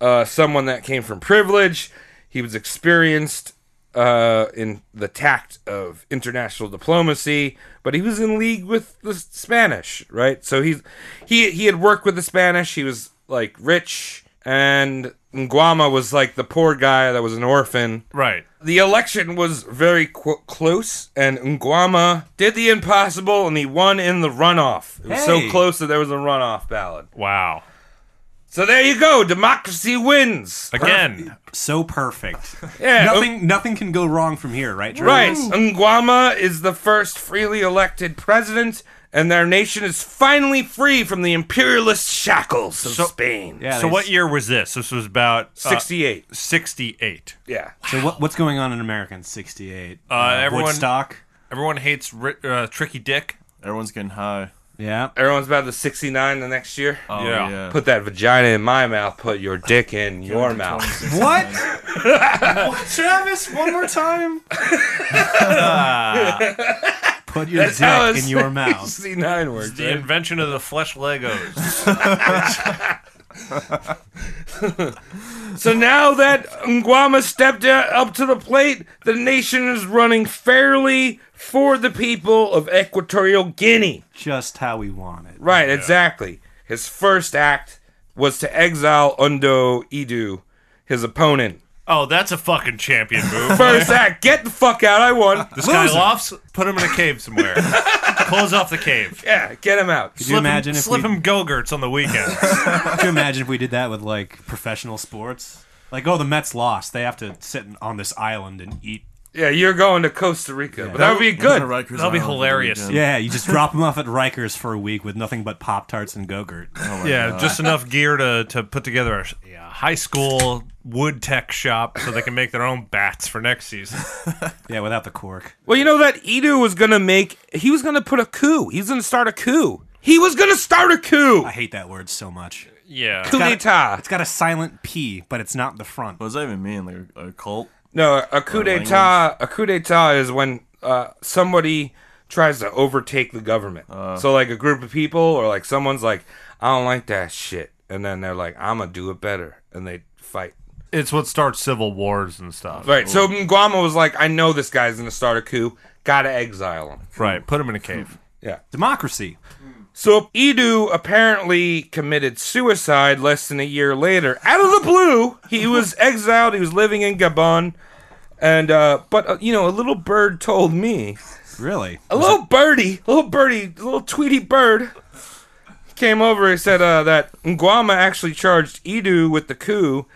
B: uh, someone that came from privilege. He was experienced uh, in the tact of international diplomacy, but he was in league with the Spanish, right? So he's he he had worked with the Spanish. He was like rich, and Nguama was like the poor guy that was an orphan.
A: Right.
B: The election was very qu- close, and Nguama did the impossible, and he won in the runoff. It was so
H: Hey.
B: close that there was a runoff ballot.
A: Wow.
B: So there you go, democracy wins.
A: Again,
H: So perfect.
B: Yeah,
H: Nothing. Nothing can go wrong from here, right? Drew?
B: Right, Nguama is the first freely elected president, and their nation is finally free from the imperialist shackles of Spain.
H: Yeah,
A: so
H: they-
A: what year was this? This was about uh,
B: sixty-eight.
A: 68.
B: yeah,
H: So what, what's going on in America in '68? Uh,
A: everyone-
H: Woodstock.
A: Everyone hates ri- uh, Tricky Dick.
I: Everyone's getting high.
B: (laughs)
H: Yeah.
B: everyone's about to sixty-nine the next year.
I: Oh
A: Yeah.
I: yeah. (laughs)
B: Put that vagina in my mouth. Put your dick in your mouth. (laughs)
H: What? What, Travis, one
B: (laughs)
H: more time. Put your
B: That's how
H: dick
B: a
H: in
B: (laughs)
H: your mouth.
B: 69 works.
A: The
B: Right?
A: invention of the flesh Legos.
B: So now that Nguama stepped out, up to the plate, the nation is running fairly for the people of Equatorial Guinea.
H: Just how we want it.
B: Right, exactly. His first act was to exile Undo Idu, his opponent.
A: (laughs) Oh, that's a fucking champion (laughs) move.
B: First act, get the fuck out, I (laughs) won.
A: This guy lofts, put him in a cave (laughs) somewhere. Close off the cave.
B: Yeah, get him out.
H: Could you imagine
A: him,
H: if
A: slip
H: we,
A: him go-gurts on the (laughs) weekend.
H: could you imagine if we did that with like professional sports? Like, oh, the Mets lost. They have to sit on this island and eat.
B: Yeah, you're going to Costa Rica. But that would be
I: We're going to
B: good.
I: Rikers
A: That'll be
I: Island for the
A: hilarious.
I: weekend.
H: Yeah, you just drop them off at Rikers for a week with nothing but Pop Tarts and Go-Gurt.
B: Oh,
A: yeah, just enough gear to, to put together a s- yeah, high school wood tech shop so they can make their own bats for next season.
H: Yeah, without the cork.
B: Well, you know that Idu was going to make, he was going to put a coup. He's going to start a coup. He was going to start a coup.
H: I hate that word so much.
A: Yeah.
B: Coup
H: Got it.
B: d'etat.
H: It's got a silent P, but it's not the front.
I: What does that even mean? Like a, a cult?
B: No, a coup d'état. A coup d'état is when uh, somebody tries to overtake the government. so like a group of people, or like someone's like, I don't like that shit, and then they're like, I'm gonna do it better, and they fight.
A: (laughs) It's what starts civil wars and stuff.
B: Right. So Nguama was like, I know this guy's gonna start a coup. Gotta exile him.
A: Right. Put him in a cave.
B: Yeah.
H: Democracy.
B: So Idu apparently committed suicide less than a year later. Out of the blue, he was exiled. He was living in Gabon, and uh, but uh, you know, a little bird told me.
H: Really?
B: a little birdie, a little birdie, a little Tweety bird came over and said uh, that Nguama actually charged Idu with the coup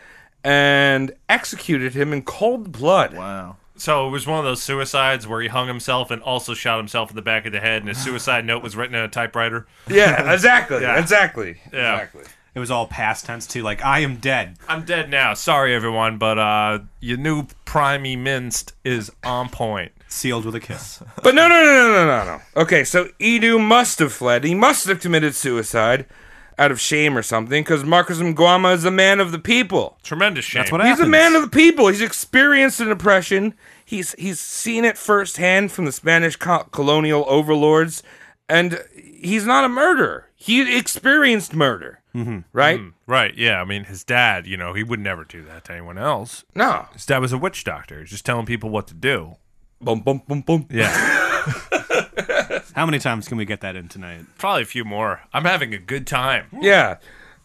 B: and executed him in cold blood.
I: Wow.
A: So it was one of those suicides where he hung himself and also shot himself in the back of the head, and his suicide note was written in a typewriter.
B: Yeah, (laughs) exactly, exactly,
A: Yeah.
B: exactly.
H: It was all past tense too. Like I am dead.
A: I'm dead now. Sorry, everyone, but uh, your new primey minst is on point.
H: sealed with a kiss.
B: But no, no, no, no, no, no, no. Okay, so Edu must have fled. He must have committed suicide out of shame or something because Marcus Mguama is a man of the people.
A: Tremendous shame.
H: That's what
B: He's
H: happens.
B: a man of the people. He's experienced an oppression. He's he's seen it firsthand from the Spanish co- colonial overlords, and he's not a murderer. He experienced murder, right?
A: Right, yeah. I mean, his dad, you know, he would never do that to anyone else.
B: No.
A: His dad was a witch doctor, he was just telling people what to do.
B: Bum bum bum bum.
A: Yeah.
H: How many times can we get that in tonight?
A: Probably a few more. I'm having a good time.
B: Yeah.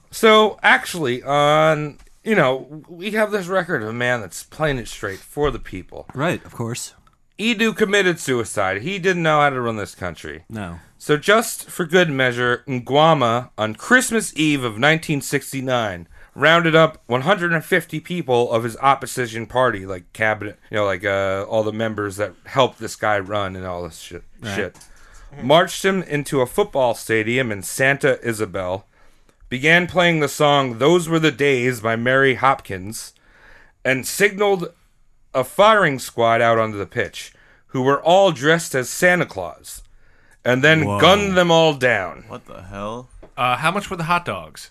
B: So actually, on you know, we have this record of a man that's playing it straight for the people.
H: Right, of course.
B: Edu committed suicide. He didn't know how to run this country.
H: No.
B: So just for good measure, Nguama on Christmas Eve of 1969 rounded up 150 people of his opposition party, like cabinet, you know, like uh, all the members that helped this guy run and all this shit. shit. Marched him into a football stadium in Santa Isabel, began playing the song "Those Were the Days" by Mary Hopkins, and signaled a firing squad out onto the pitch, who were all dressed as Santa Claus, and then gunned them all down.
I: What the hell?
A: Uh, how much were the hot dogs?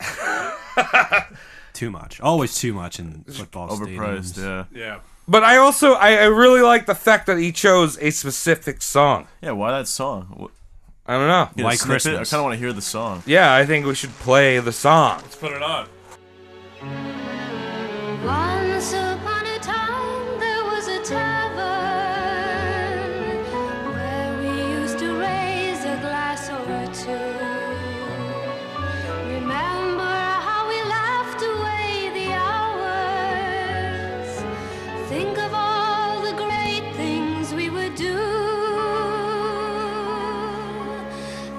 H: Too much. Always too much in football
I: Overpriced,
H: stadiums.
I: yeah.
A: Yeah.
B: But I also I, I really like the fact that he chose a specific song.
I: Yeah, why that song? What,
B: I don't know.
I: get a
H: Why
I: snippet? I
H: Christmas?
I: kind of want to hear the song.
B: Yeah, I think we should play the song.
A: Let's put it on.
C: Once upon a time there was a tavern where we used to raise a glass or two. Remember how we laughed away the hours. Think of all the great things we would do.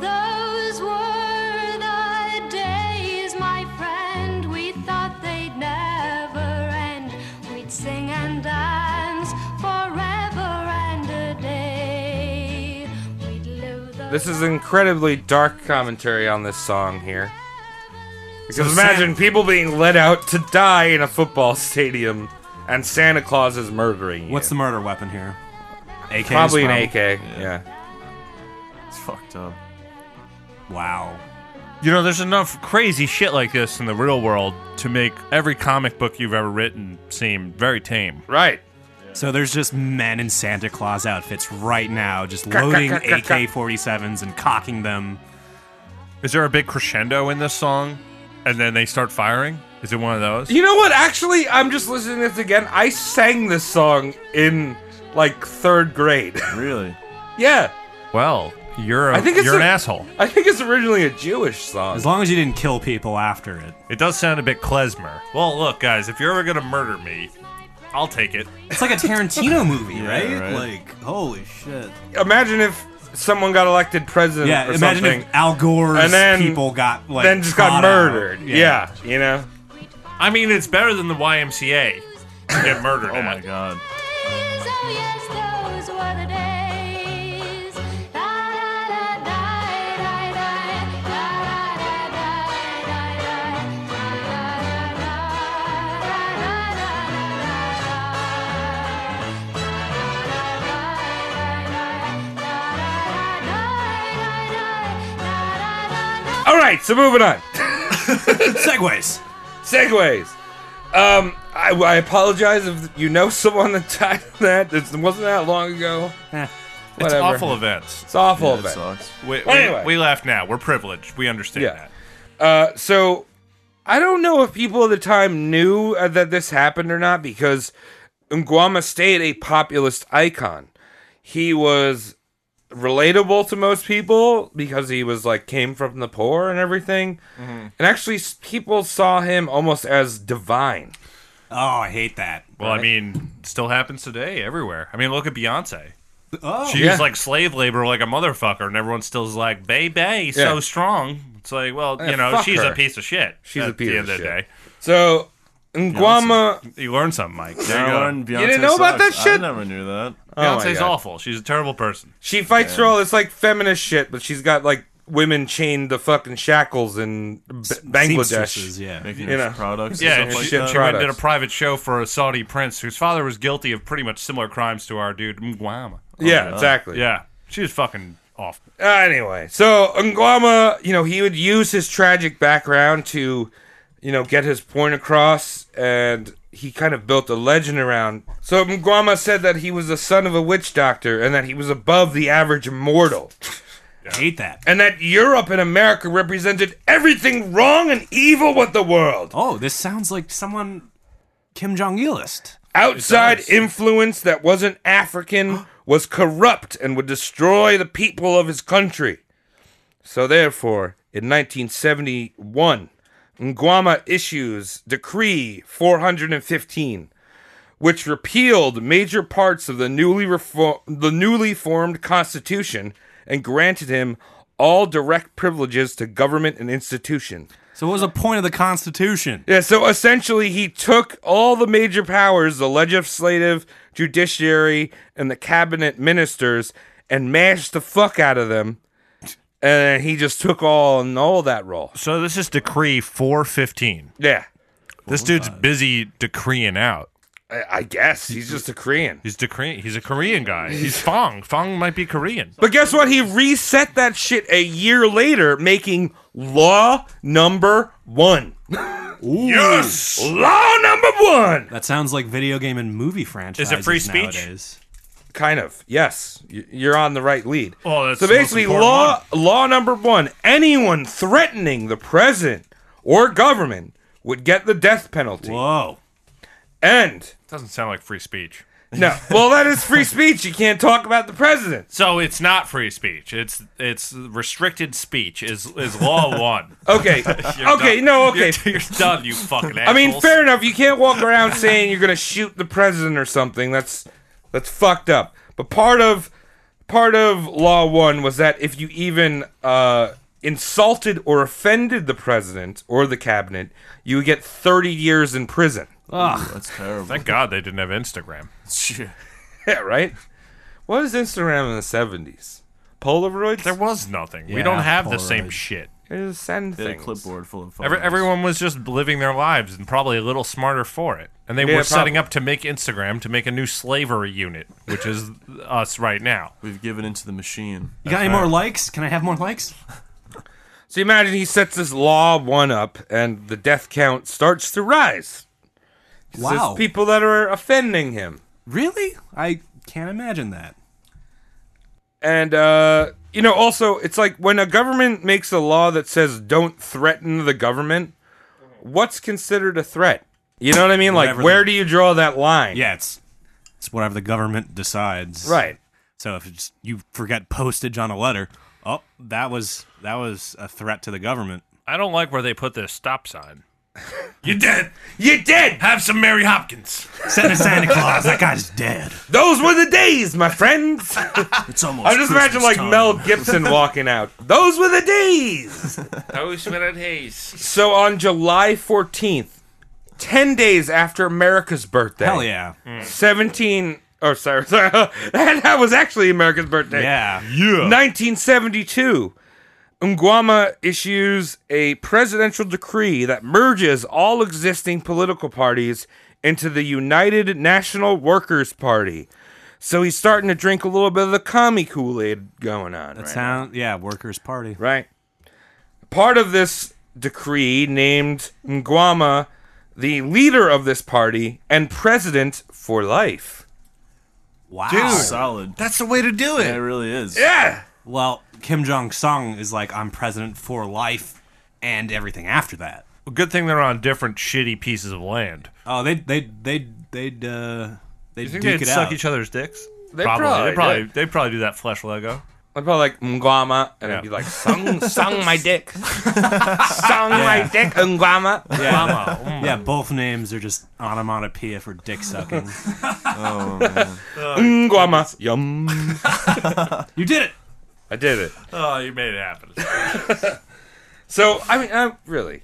C: Those were the days, my friend. We thought they'd never end. We'd sing and dance forever and a day. We'd live the
B: This is incredibly dark commentary on this song here. Because
H: Santa-
B: imagine people being let out to die in a football stadium and Santa Claus is murdering you.
H: What's the murder weapon here? AKs,
B: probably an
H: prob-
B: AK, yeah.
I: It's fucked up.
H: Wow.
A: You know, there's enough crazy shit like this in the real world to make every comic book you've ever written seem very tame.
B: Right.
H: So there's just men in Santa Claus outfits right now, just loading
B: ka, ka, ka.
H: AK-47s and cocking them.
A: Is there a big crescendo in this song? And then they start firing? Is it one of those?
B: You know what? Actually, I'm just listening to this again. I sang this song in like third grade. (laughs)
I: Really?
B: yeah.
A: Well, you're a,
B: I think it's
A: you're an
B: a-
A: asshole.
B: I think it's originally a Jewish song.
H: As long as you didn't kill people after it.
A: It does sound a bit klezmer. Well, look, guys, if you're ever gonna murder me, I'll take it.
H: It's like a
B: (laughs)
H: Tarantino movie, right?
I: right.
H: Like, holy shit.
B: Imagine if someone got elected president
H: Yeah,
B: or
H: imagine
B: something,
H: if Al Gore's
B: And then-
H: people got like
B: then just got
H: caught out.
B: murdered. Yeah. you know.
A: I mean, it's better than the YMCA to get (laughs) murdered.
I: Oh my
A: at.
I: god.
C: days. Oh, yes, those were the days. Da, da, da, da, da, da, da, da, da, da, da, da, da, da, da, da, da,
B: All right, so moving on.
H: Segways.
B: Segways. Um, I, I apologize if you know (laughs) someone that died in that. It wasn't that long ago.
A: it's
B: Whatever.
A: awful events.
B: It's awful.
I: Yeah,
B: of
I: that
B: it.
I: sucks.
A: We,
B: Anyway.
A: we, we laugh now. We're privileged. We understand
B: Yeah.
A: that.
B: Uh, so I don't know if people at the time knew uh, that this happened or not because Nguama stayed a populist icon. He was relatable to most people because he was like came from the poor and everything. And actually s- people saw him almost as divine.
H: Oh, I hate that.
A: Well, I mean, still happens today everywhere. I mean, look at Beyonce.
H: Oh,
A: She
B: Yeah.
A: was like slave labor, like a motherfucker, and everyone still's like, "Baby, so
B: Yeah.
A: strong." It's like, well,
B: Yeah,
A: you know,
B: fuck
A: she's
B: her.
A: a piece of shit.
B: She's
A: at
B: a piece
A: the end
B: of
A: of the
B: shit.
A: day.
B: So Nguama
A: You learn something, Mike. There you
I: Now
A: go.
I: learn Beyonce
B: didn't know about
I: sucks.
B: that shit?
I: I never knew that.
B: Oh my
A: Beyonce's
B: God.
A: awful. She's a terrible person.
B: she fights for all this like feminist shit, but she's got like women chained the fucking shackles in B- Bangladesh.
H: Seamstresses, yeah.
I: Making
B: You
I: those
B: know.
I: products.
A: Yeah,
I: and
A: and she,
I: stuff like
A: she
I: that.
B: shit
A: went and did a
B: products.
A: private show for a Saudi prince whose father was guilty of pretty much similar crimes to our dude Mwama.
B: Yeah, exactly. Uh,
A: Yeah, she was fucking off.
B: Anyway, so Ngwama, you know, he would use his tragic background to, you know, get his point across, and he kind of built a legend around. So Ngwama said that he was the son of a witch doctor and that he was above the average mortal,
H: Hate that.
B: and that Europe and America represented everything wrong and evil with the world.
H: Oh, this sounds like someone Kim Jong Ilist.
B: Outside influence that wasn't African was corrupt and would destroy the people of his country. So, therefore, in 1971, Nguama issues Decree 415, which repealed major parts of the newly, refo- the newly formed Constitution and granted him all direct privileges to government and institution.
H: So what was the point of the Constitution?
B: Yeah, so essentially, he took all the major powers the legislative, judiciary, and the cabinet ministers and mashed the fuck out of them. And he just took all and all that role.
A: So this is decree 415.
B: Yeah,
A: This dude's busy decreeing out.
B: I, I guess he's just a Korean.
A: He's decreeing. He's a Korean guy. He's Fong. Fong might be Korean.
B: But guess what? He reset that shit a year later, making law number one. Yes! Law number one!
H: That sounds like video game and movie franchises.
A: free speech?
H: Nowadays.
B: Kind of. Yes, Y- you're on the right lead.
A: Oh, that's
B: so
A: the most
B: basically,
A: important
B: law law number one: anyone threatening the president or government would get the death penalty.
H: Whoa.
B: And
A: Doesn't sound like free speech.
B: no, well, that
A: (laughs)
B: is free speech. You can't talk about the president.
A: So it's not free speech. It's it's restricted speech. Is is
B: (laughs)
A: law one? (laughs)
B: Okay, okay,
A: done.
B: no, okay.
A: You're, you're done. You fucking.
B: I mean,
A: assholes.
B: fair enough. You can't walk around saying you're gonna shoot the president or something. That's that's fucked up. But part of part of law one was that if you even uh, insulted or offended the president or the cabinet, you would get 30 years in prison. (laughs)
I: That's terrible.
A: Thank God they didn't have Instagram.
I: (laughs) Shit.
B: Yeah, right. What was Instagram in the 70s? Polaroids.
A: There was nothing. we
H: Yeah,
A: don't have the
H: Polaroid.
A: same shit.
B: They just send
I: They had a
B: things.
I: clipboard full of
A: Every,
I: photos.
A: everyone was just living their lives and probably a little smarter for it. And they
B: Yeah,
A: were setting
B: probably.
A: up to make Instagram to make a new slavery unit, which is us right now.
I: We've given into the machine.
H: You got any more likes? Can I have more likes?
B: So imagine he sets this law one up, and the death count starts to rise. It's just
H: Wow.
B: people that are offending him.
H: Really? I can't imagine that.
B: And uh, you know, also, it's like when a government makes a law that says "don't threaten the government," what's considered a threat? You know what I mean? Like,
H: Whatever
B: where
H: the-
B: do you draw that line?
H: Yeah, it's it's whatever the government decides.
B: Right.
H: So if it's, you forget postage on a letter, oh, that was that was a threat to the government.
A: I don't like where they put this stop sign. you did.
B: You did.
A: Have some Mary Hopkins.
H: Send a Santa Claus. That guy's dead.
B: Those were the days, my friends.
I: It's almost.
B: I just imagine
I: Christmas
B: like
I: time.
B: Mel Gibson walking out. Those were the days.
A: (laughs) Those were the days.
B: So on July fourteenth, ten days after America's birthday,
H: Hell yeah.
B: Mm. seventeen. Oh, sorry, (laughs) sorry. that that was actually America's birthday.
H: Yeah.
B: 1972, Nguama issues a presidential decree that merges all existing political parties into the United National Workers Party. So he's starting to drink a little bit of the commie Kool Aid going on. right now.
H: Sound yeah, workers party.
B: Right. Part of this decree named Nguama the leader of this party and president for life.
H: Wow.
I: Solid.
A: That's the way to do
I: That really is.
B: Yeah.
H: Well, Kim Jong Sung is like I'm president for life and everything after that.
A: Good thing they're on different shitty pieces of land.
H: Oh, they they they they'd uh they'd
A: You think
H: duke
A: they'd
H: it
A: suck
H: out.
A: each other's dicks?
B: They
A: They probably,
B: probably
A: they probably do that flesh Lego.
B: I'd probably like Ngwama, and
A: Yeah.
B: I'd be like, sung, sung my dick. sung my dick, Ngwama.
A: Yeah.
H: yeah, both names are just onomatopoeia for dick sucking.
B: Ngwama. (laughs) Yum.
H: you did it.
B: I did it.
A: oh, you made it happen.
B: So, I mean, I, really,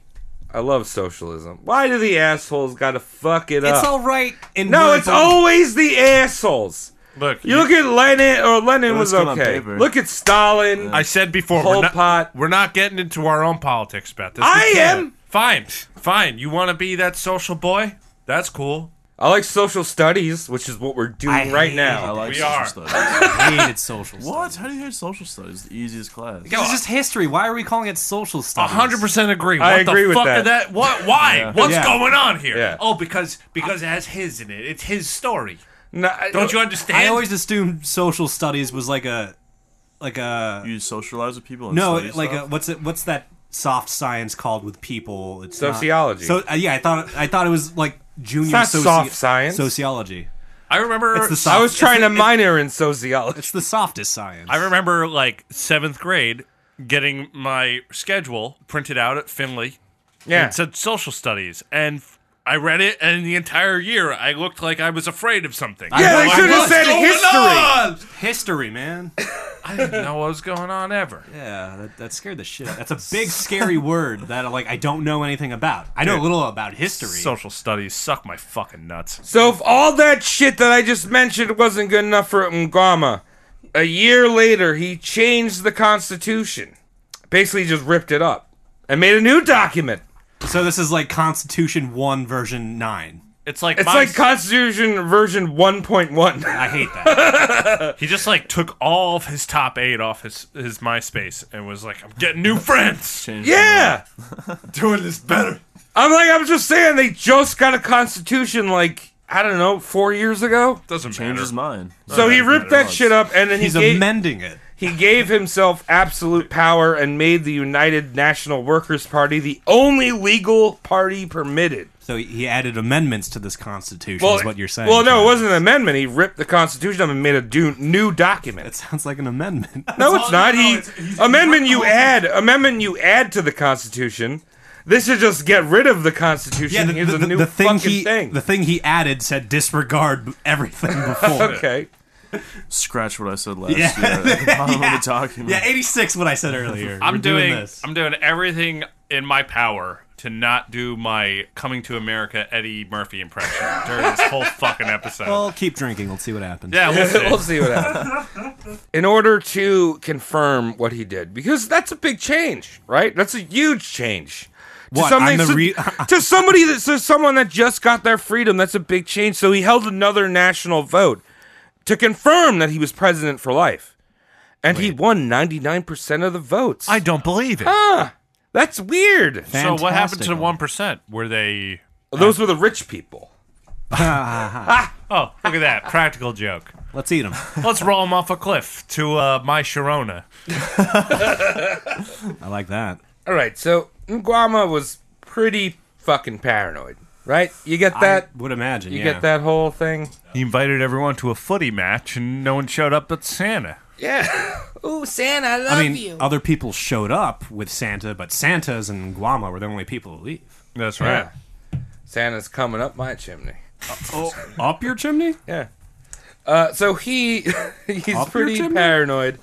B: I love socialism. Why do the assholes gotta fuck it
H: It's
B: up?
H: all right. In
B: no,
H: one
B: it's
H: form.
B: always the assholes.
A: Look,
B: You look at Lenin, or Lenin was
I: looks good on
B: okay.
I: paper.
B: Look at Stalin.
A: I said before,
B: Pol
A: we're not,
B: Pot.
A: we're not getting into our own politics about this. We
B: I
A: can't.
B: am.
A: Fine, fine. You want to be that social boy? That's cool.
B: I like social studies, which is what we're doing
H: I
B: right
H: hate
I: I
B: now.
I: like
A: We
I: social
A: are.
I: studies.
H: hated social studies.
I: what? How do you hate social studies? The easiest class.
H: This is just history. Why are we calling it social studies?
A: hundred percent agree. What
B: I
A: the
B: agree with
A: fuck
B: that.
A: did that. What? Why? What's
H: Yeah.
A: going on here?
B: Yeah.
A: Oh, because because it has his in it. It's his story.
B: No, I-
A: Don't you understand?
H: I always assumed social studies was like a, like a
I: You socialize with people. And
H: no,
I: study
H: like uh, a
I: stuff?
H: what's it? What's that soft science called with people? It's not-
B: Sociology.
H: so uh, yeah, I thought I thought it was like junior
B: not
H: soci-
B: soft science.
H: sociology.
A: I remember.
H: It's the soft.
B: I was trying to
H: it's the-
B: minor in sociology.
H: It's the softest science.
A: I remember like seventh grade getting my schedule printed out at Finley.
B: Yeah.
A: It said social studies, and f- I read it, and the entire year I looked like I was afraid of something.
B: Yeah, they
H: I
B: should have
H: was
B: said
A: going
B: history.
A: on?
H: history, man.
A: I didn't know what was going on ever.
H: Yeah, that, that scared the shit. out- That's a big scary word that uh, like I don't know anything about. I know a little about history.
A: Social studies suck my fucking nuts.
B: So if all that shit that I just mentioned wasn't good enough for Ngama, a year later he changed the constitution. Basically just ripped it up and made a new document.
H: So this is like Constitution One version nine.
A: It's like
B: It's
A: my-
B: like Constitution version 1.1.
H: I hate that.
A: he just like took all of his top eight off his his MySpace and was like, "I'm getting new
I: (laughs)
A: friends,
B: (laughs)
I: Change
B: Yeah.
A: doing this better."
B: I'm like I'm just saying they just got a constitution like I don't know, 4 years ago.
A: Doesn't matter.
I: Changes mine.
B: So he ripped that shit up and then
H: He's
B: he gave,
H: amending it.
B: He gave himself absolute power and made the United National Workers Party the only legal party permitted.
H: So he- he added amendments to this Constitution. is what you're saying?
B: Well, no,
H: Tom.
B: it wasn't an amendment. He ripped the Constitution up and made a do- new document.
H: It sounds like an amendment.
B: no, it's
I: all-
B: not.
I: Oh, no,
B: he
I: it's- he's-
B: amendment
I: he's-
B: you add amendment you add to the Constitution. This should just get rid of the Constitution.
H: yeah, the,
B: Here's
H: the,
B: a new
H: the thing
B: fucking
H: he
B: thing.
H: the thing he added said disregard everything before.
B: (laughs) okay.
I: Scratch what I said last
H: Yeah.
I: year. At the bottom
H: Yeah.
I: of the document.
H: Yeah, 86 what I said earlier.
A: I'm
H: We're
A: doing,
H: this.
A: I'm doing everything in my power to not do my coming to America Eddie Murphy impression during this whole fucking episode.
H: well, keep drinking. We'll see what happens.
A: yeah, we'll see.
B: (laughs) we'll see what happens. In order to confirm what he did, because that's a big change, right? That's a huge change. To
H: What,
B: something-
H: I'm the re-
B: to somebody that to someone that just got their freedom, that's a big change. So he held another national vote to confirm that he was president for life, and he won ninety nine percent of the votes.
A: I don't believe it.
B: that's weird.
A: so what happened to the
H: Fantastical.
A: one percent? Were they?
B: Those were the rich people.
A: Oh, look at that practical joke.
H: Let's eat them.
A: Let's roll him off a cliff to uh, my Sharona.
H: I like that.
B: All right, so Nguama was pretty fucking paranoid, right? You get (laughs) that?
H: I would imagine.
B: you
H: yeah.
B: get that whole thing?
A: He invited everyone to a footy match, and no one showed up but Santa.
B: Yeah. (laughs) Ooh, Santa, I love
H: I mean, other people showed up with Santa, but Santas and Guama were the only people to leave.
A: That's
B: right. Santa's coming up my chimney.
H: Oh, up your chimney?
B: Yeah. Uh, so he (laughs) he's
H: Up your
B: pretty
H: chimney?
B: paranoid.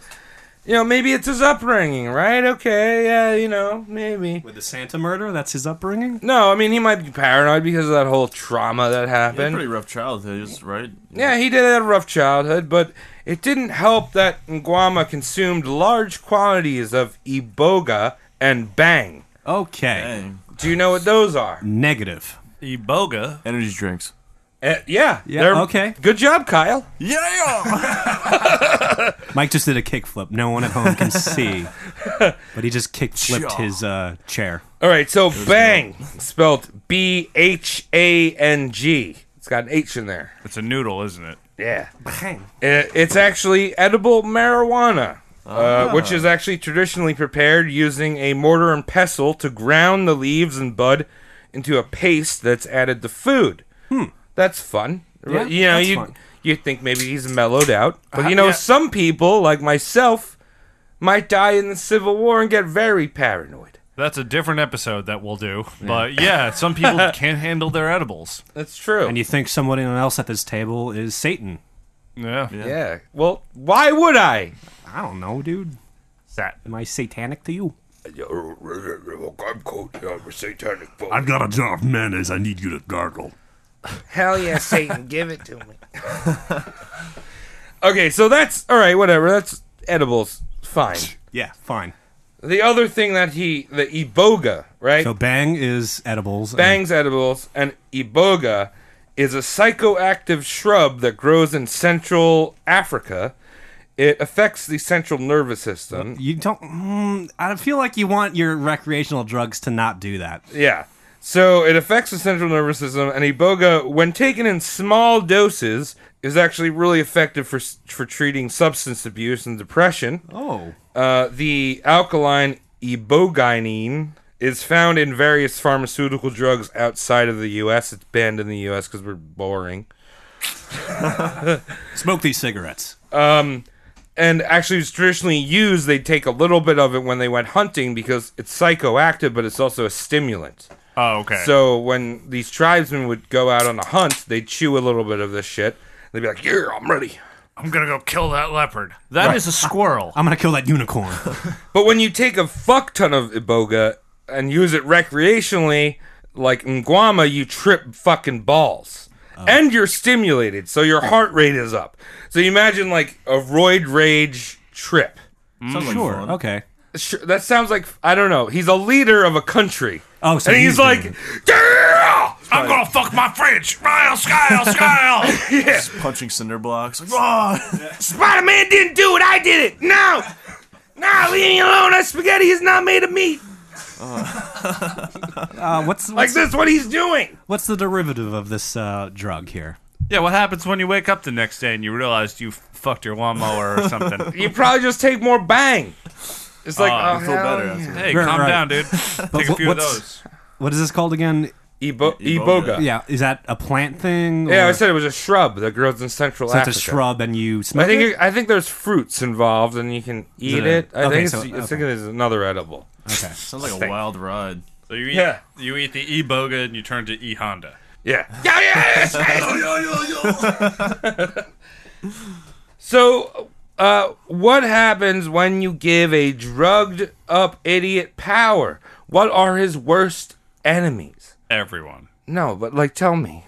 B: You know, maybe it's his upbringing, right? Okay, yeah, you know, maybe.
H: With the Santa murder? That's his upbringing?
B: No, I mean, he might be paranoid because of that whole trauma that
I: He had a
B: happened.
I: pretty rough childhood, is- right?
B: Yeah, he did have a rough childhood, but it didn't help that Nguama consumed large quantities of iboga and bang.
H: Okay.
I: Dang.
B: Do you know what those
H: Mm.
B: are?
H: Negative.
A: Iboga.
I: Energy drinks.
B: Uh, yeah,
H: Yeah, okay.
B: Good job, Kyle.
I: Yeah.
H: Mike just did a kickflip. No one at home
B: (laughs)
H: can see. But he just kickflipped his uh, chair.
B: All right, so bang, spelled B H A N G. It's got an H in there.
A: It's a noodle, isn't it?
B: Yeah.
H: Bang.
B: It, it's actually edible marijuana, uh, which is actually traditionally prepared using a mortar and pestle to ground the leaves and bud into a paste that's added to food. Hmm. That's fun.
H: Yeah,
B: you know,
H: that's
B: you
H: fun.
B: you think maybe he's mellowed out, but you know,
A: yeah.
B: some people like myself might die in the Civil War and get very paranoid.
A: That's a different episode that we'll do. But yeah,
E: (laughs)
A: some people can't handle their edibles.
B: That's true.
H: And you think someone else at this table is Satan.
A: Yeah.
B: yeah. Well, why would I?
H: I don't know, dude.
A: That-
H: Am I satanic to you?
B: I'm cold. I'm a satanic folk.
E: I've got a jar of mayonnaise I need you to gargle.
B: Hell yeah, Satan, give it to me. (laughs) Okay, so that's all right. Whatever. That's edibles. Fine.
H: Yeah, fine.
B: The other thing that he, the iboga, right?
H: So bang is edibles. and-
B: Bangs edibles and iboga is a psychoactive shrub that grows in Central Africa. It affects the central nervous system.
H: you don't. Mm, I feel like you want your recreational drugs to not do that.
B: Yeah. So it affects the central nervous system, and iboga, when taken in small doses, is actually really effective for for treating substance abuse and depression.
H: Oh,
B: Uh, the alkaline ibogaine is found in various pharmaceutical drugs outside of the U.S. It's banned in the U.S. because we're boring.
H: smoke these cigarettes.
B: and actually it's traditionally used they take a little bit of it when they went hunting because it's psychoactive but it's also a stimulant
A: Oh, okay.
B: so when these tribesmen would go out on a hunt they'd chew a little bit of this shit they'd be like yeah i'm ready
A: I'm gonna go kill that leopard. That is a squirrel.
H: I'm gonna kill that (laughs) unicorn.
B: but when you take a fuck ton of iboga and use it recreationally like in guama you trip fucking balls and you're stimulated so your heart rate is up so you imagine like a roid rage trip
I: Sounds like
H: sure.
I: fun.
H: Okay.
B: Sure, that sounds like I don't know. He's a leader of a country.
H: Oh, so
B: and he's,
H: he's
B: like,
H: doing
B: yeah,
A: I'm gonna fuck my fridge.
E: (laughs)
A: Ryle, Skyle, Skyle.
I: Just punching cinder blocks. Like, "Ah!"
B: Spider Man didn't do it. I did it. No, no, leave me alone. That spaghetti is not made of meat.
H: Uh, what's
B: Like
H: what's,
B: that's what he's doing.
H: what's the derivative of this uh, drug here?
E: Yeah, what happens when you wake up the next day and you realize you f- fucked your lawnmower
A: (laughs)
E: or something?
B: You probably just take more bang. It's like
E: Oh,
B: oh,
I: I feel
B: hell
I: better.
B: yeah.
I: after that.
E: hey,
H: Right,
E: calm
H: right.
E: down,
A: (laughs)
E: dude. Take a
H: wh-
E: few of
H: what's-
E: those.
H: What is this called again?
B: Ibo-
I: Iboga.
B: iboga.
H: Yeah, is that a plant thing?
B: Yeah, I
H: or-
B: said it was a shrub that grows in Central
H: so it's
B: Africa.
H: a shrub, and you smoke
B: I think
H: it.
B: it, I think there's fruits involved, and you can eat
H: it
B: it.
H: a-
B: I
H: okay,
B: think it's,
H: so-
B: I think
H: okay.
B: it's another edible.
H: Okay.
I: Sounds like a wild ride.
A: So you eat,
B: Yeah.
A: you eat the e boga and you turn to e Honda.
B: Yeah. Yeah, yeah, yeah, Oh, so, uh, what happens when you give a drugged up idiot power? What are his worst enemies?
A: Everyone.
B: No, but like, tell me.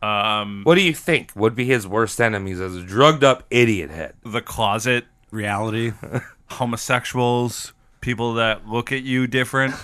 B: Um, what do you think would be his worst enemies as a drugged up idiot head?
A: The closet,
H: Reality. uh,
A: homosexuals, people that look at you different,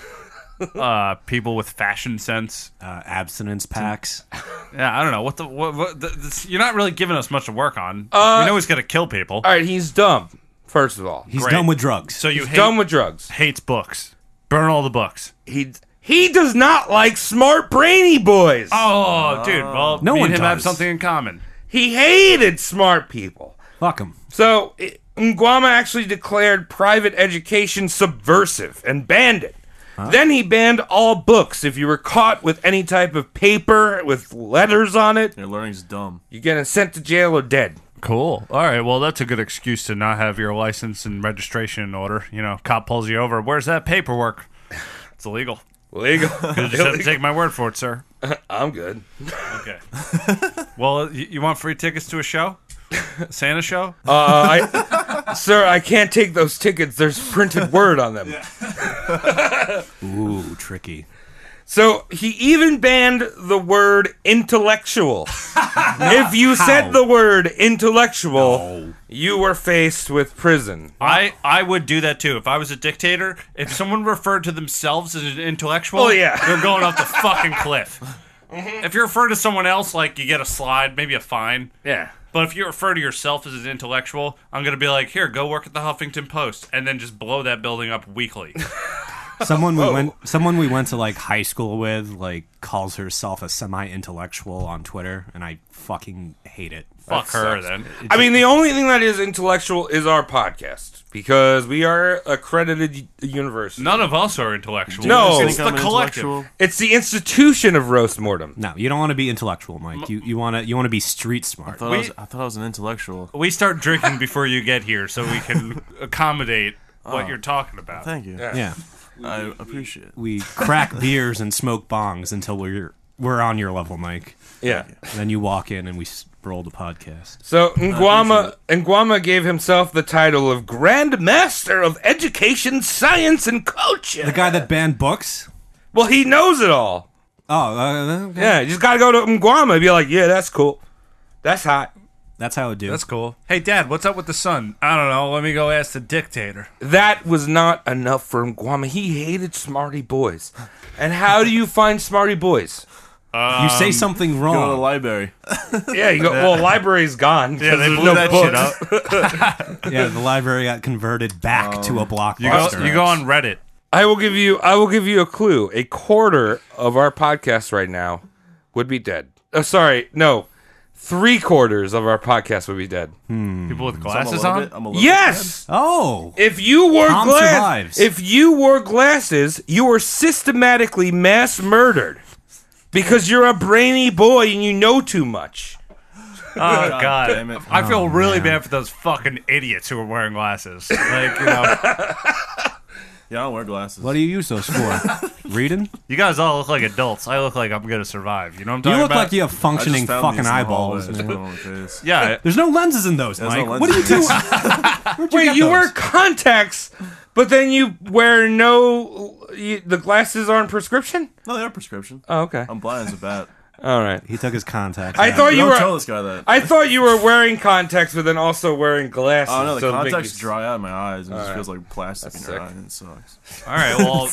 A: uh, people with fashion sense.
H: uh,
B: (laughs)
H: abstinence packs.
A: Yeah, I don't know what the what, what the, this, you're not really giving us much to work on. we know he's gonna kill people.
B: All right, he's dumb. First of all,
H: He's
A: Great.
H: done with drugs.
A: so you
B: he's
A: hate,
B: dumb with drugs.
A: hates books. Burn all the books.
B: He he does not like smart brainy boys.
A: Oh, dude. Well,
H: No
A: me
H: one
A: and him have
H: does.
A: something in common.
B: He hated smart people.
H: fuck him.
B: So i- Nguama actually declared private education subversive and banned it. Then he banned all books. If you were caught with any type of paper with letters on it,
I: Your learning's dumb.
B: you're getting sent to jail or dead.
A: Cool. All right. Well, that's a good excuse to not have your license and registration in order. You know, cop pulls you over. Where's that paperwork? It's illegal.
B: Legal.
A: You just have to take my word for it, sir.
B: I'm good.
A: Okay. (laughs) well, you, you want free tickets to a show? Santa show?
B: Uh, I, (laughs) sir, I can't take those tickets. There's printed word on them.
H: Ooh, tricky.
B: So he even banned the word intellectual. if you said the word intellectual, you were faced with prison.
A: I, I would do that too. If I was a dictator, if someone referred to themselves as an intellectual,
B: Oh, yeah. Mm-hmm.
A: they're going off the fucking
B: (laughs)
A: cliff. If you refer to someone else, like you get a slide, maybe a fine.
B: Yeah.
A: But if you refer to yourself as an intellectual, I'm going to be like, here, go work at the Huffington Post, and then just blow that building up
B: (laughs)
A: weekly.
H: Someone we went, someone we went to like high school with, like calls herself a semi-intellectual on Twitter, and I fucking hate it.
A: Fuck her then.
B: I mean, the only thing that is intellectual is our podcast because we are accredited u- university.
A: None of us are intellectuals.
B: No.
A: it's
I: Think
A: the
I: I'm
A: collective.
I: intellectual?
B: It's the institution of roast mortem.
H: No, you don't want to be intellectual, Mike. You you want to you want to be street smart.
I: I thought, I, was, I thought I was an intellectual.
A: We start drinking before you get here, so we can accommodate
E: (laughs)
A: what
E: Oh.
A: you're talking about.
I: Thank you.
H: Yeah,
I: I appreciate it.
H: we crack (laughs) beers and smoke bongs until we're we're on your level, Mike.
B: Yeah.
H: And then you walk in and we s- roll the podcast.
B: So Nguama Nguama gave himself the title of Grand Master of Education, Science, and
H: The
B: Culture.
H: guy that banned books.
B: Well, he knows it all.
H: Oh, uh, okay.
B: Yeah, you just gotta go to Nguama and be like, yeah, that's cool, that's hot.
H: That's how it do.
E: That's cool. Hey, Dad, what's up with the sun? I don't know. Let me go ask the dictator.
B: That was not enough for Nguama. He hated smarty boys. And how do you find smarty boys?
H: you
A: Um,
H: say something
I: Go to the
H: wrong.
I: library.
B: Yeah, you go, (laughs) well, library's gone.
A: Yeah, they blew that shit up.
H: yeah, the library got converted back to a blockbuster.
A: (laughs) (laughs) You go, you go on Reddit.
B: I will give you. I will give you a clue. A quarter of our podcast right now would be dead. Uh, sorry, no, three quarters of our podcast would be dead.
A: People with
I: I'm a
A: glasses
I: little
A: on.
I: bit- I'm a little
B: Yes,
H: Oh,
B: if you wore
H: Tom
B: glasses,
H: survives.
B: if you wore glasses, you were systematically mass murdered because you're a brainy boy and you know too much.
A: Oh god, Oh,
I: damn it.
A: I feel really bad for those fucking idiots who are wearing glasses. Like you (laughs) know,
I: bit- Yeah, I don't wear glasses.
H: what do you use those for? Reading?
A: you guys all look like adults. I look like I'm gonna survive. You know what I'm
H: You
A: talking
H: look
A: about?
H: like you have
I: I just
H: functioning
I: found
H: fucking
I: these in the
H: eyeballs.
I: hallway. I
H: man.
I: put them on my face.
A: yeah.
H: (laughs) There's no lenses in those,
I: There's
H: Mike.
I: no
H: what do you do?
I: lenses.
H: Where'd
B: Wait,
H: get
B: you
H: those?
B: wear contacts, but then you wear no. You, the glasses aren't prescription.
I: No, they are prescription.
B: Oh, okay.
I: I'm blind as a bat.
B: All right.
H: He took his contacts.
B: I
H: out.
B: thought you
I: Um, Don't
B: were.
I: tell this guy that.
B: I thought you were wearing contacts, but then also wearing glasses.
I: Oh no, the
B: so it'd make
I: contacts
B: you-
I: dry out of my eyes and it just feels like plastic
B: That's
I: in
B: sick.
I: your eye and it sucks.
A: All right.
E: (laughs)
A: Well,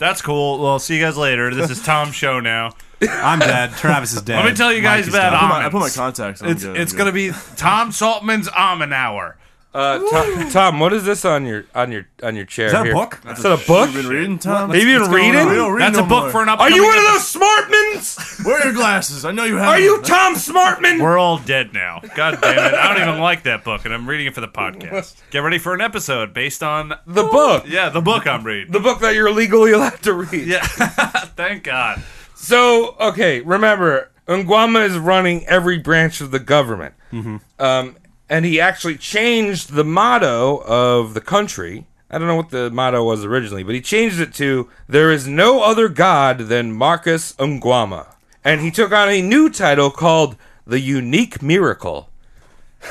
A: that's cool. Well, see you guys later. This is Tom's show now.
H: I'm dead. Travis is dead.
A: Let me tell you
H: Mike
A: guys
H: is
A: about
I: I put
H: dead.
I: my, I put my
A: Almonds.
I: contacts on.
A: It's
I: good,
A: it's
I: good.
A: gonna be Tom Saltman's Almond Hour.
B: Uh, Tom, Tom, what is this on your on your on your chair? Is
H: that a book?
B: Is that a book?
I: You been reading, Tom?
B: Have you been
I: We don't
B: reading?
I: read
A: That's
I: no
A: a book
I: more.
A: for an
B: Are
A: upcoming.
B: you one of those smartmans?
I: Wear your glasses. I know you have.
B: Are you
I: them.
A: (laughs)
B: Tom Smartman?
A: We're all dead now. God damn it! I don't even like that book, and I'm reading it for the (laughs) podcast. Get ready for an episode based on
B: The book,
A: yeah the book I'm (laughs) reading.
B: the book that you're legally allowed to read.
A: Yeah, thank God.
B: So okay, remember, Nguama is running every branch of the government, mm-hmm. um, and he actually changed the motto of the country. I don't know what the motto was originally, but he changed it to "There is no other god than Marcus Nguama," and he took on a new title called "The Unique Miracle."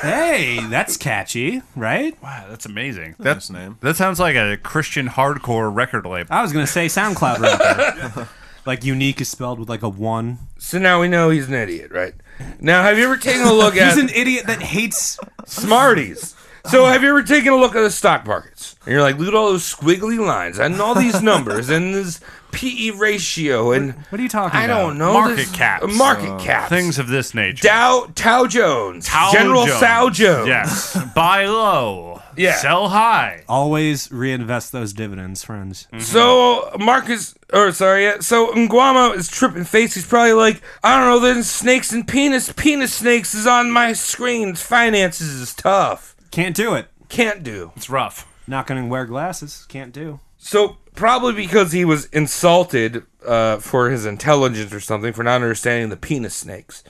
H: Hey, that's catchy, right?
A: Wow, that's amazing.
I: That's name.
A: That sounds like a Christian hardcore record label.
H: I was gonna say SoundCloud rapper. like unique is spelled with like a one.
B: So now we know he's an idiot, right? Now, have you ever taken a look at
H: (laughs) He's an idiot that hates.
B: Smarties. So have you ever taken a look at the stock markets? And you're like, look at all those squiggly lines and all these numbers and this PE ratio and
H: What are you talking
B: I
H: about?
B: don't know
A: Market
B: this-
A: caps.
B: uh, market caps.
A: Things of this nature.
B: Dow Dow Jones.
A: Dow
B: General
A: Jones.
B: Dow Jones.
A: Yes. Mm-hmm. (laughs) Buy low.
B: Yeah.
A: Sell high.
H: Always reinvest those dividends, friends.
B: Mm. So Marcus, or sorry, yeah, so Nguama is tripping face. He's probably like, I don't know, there's snakes and penis. Penis snakes is on my screen. Finances is tough.
H: Can't do it.
B: Can't do.
A: It's rough.
H: Not gonna wear glasses. Can't do.
B: So probably because he was insulted uh, for his intelligence or something for not understanding the penis snakes.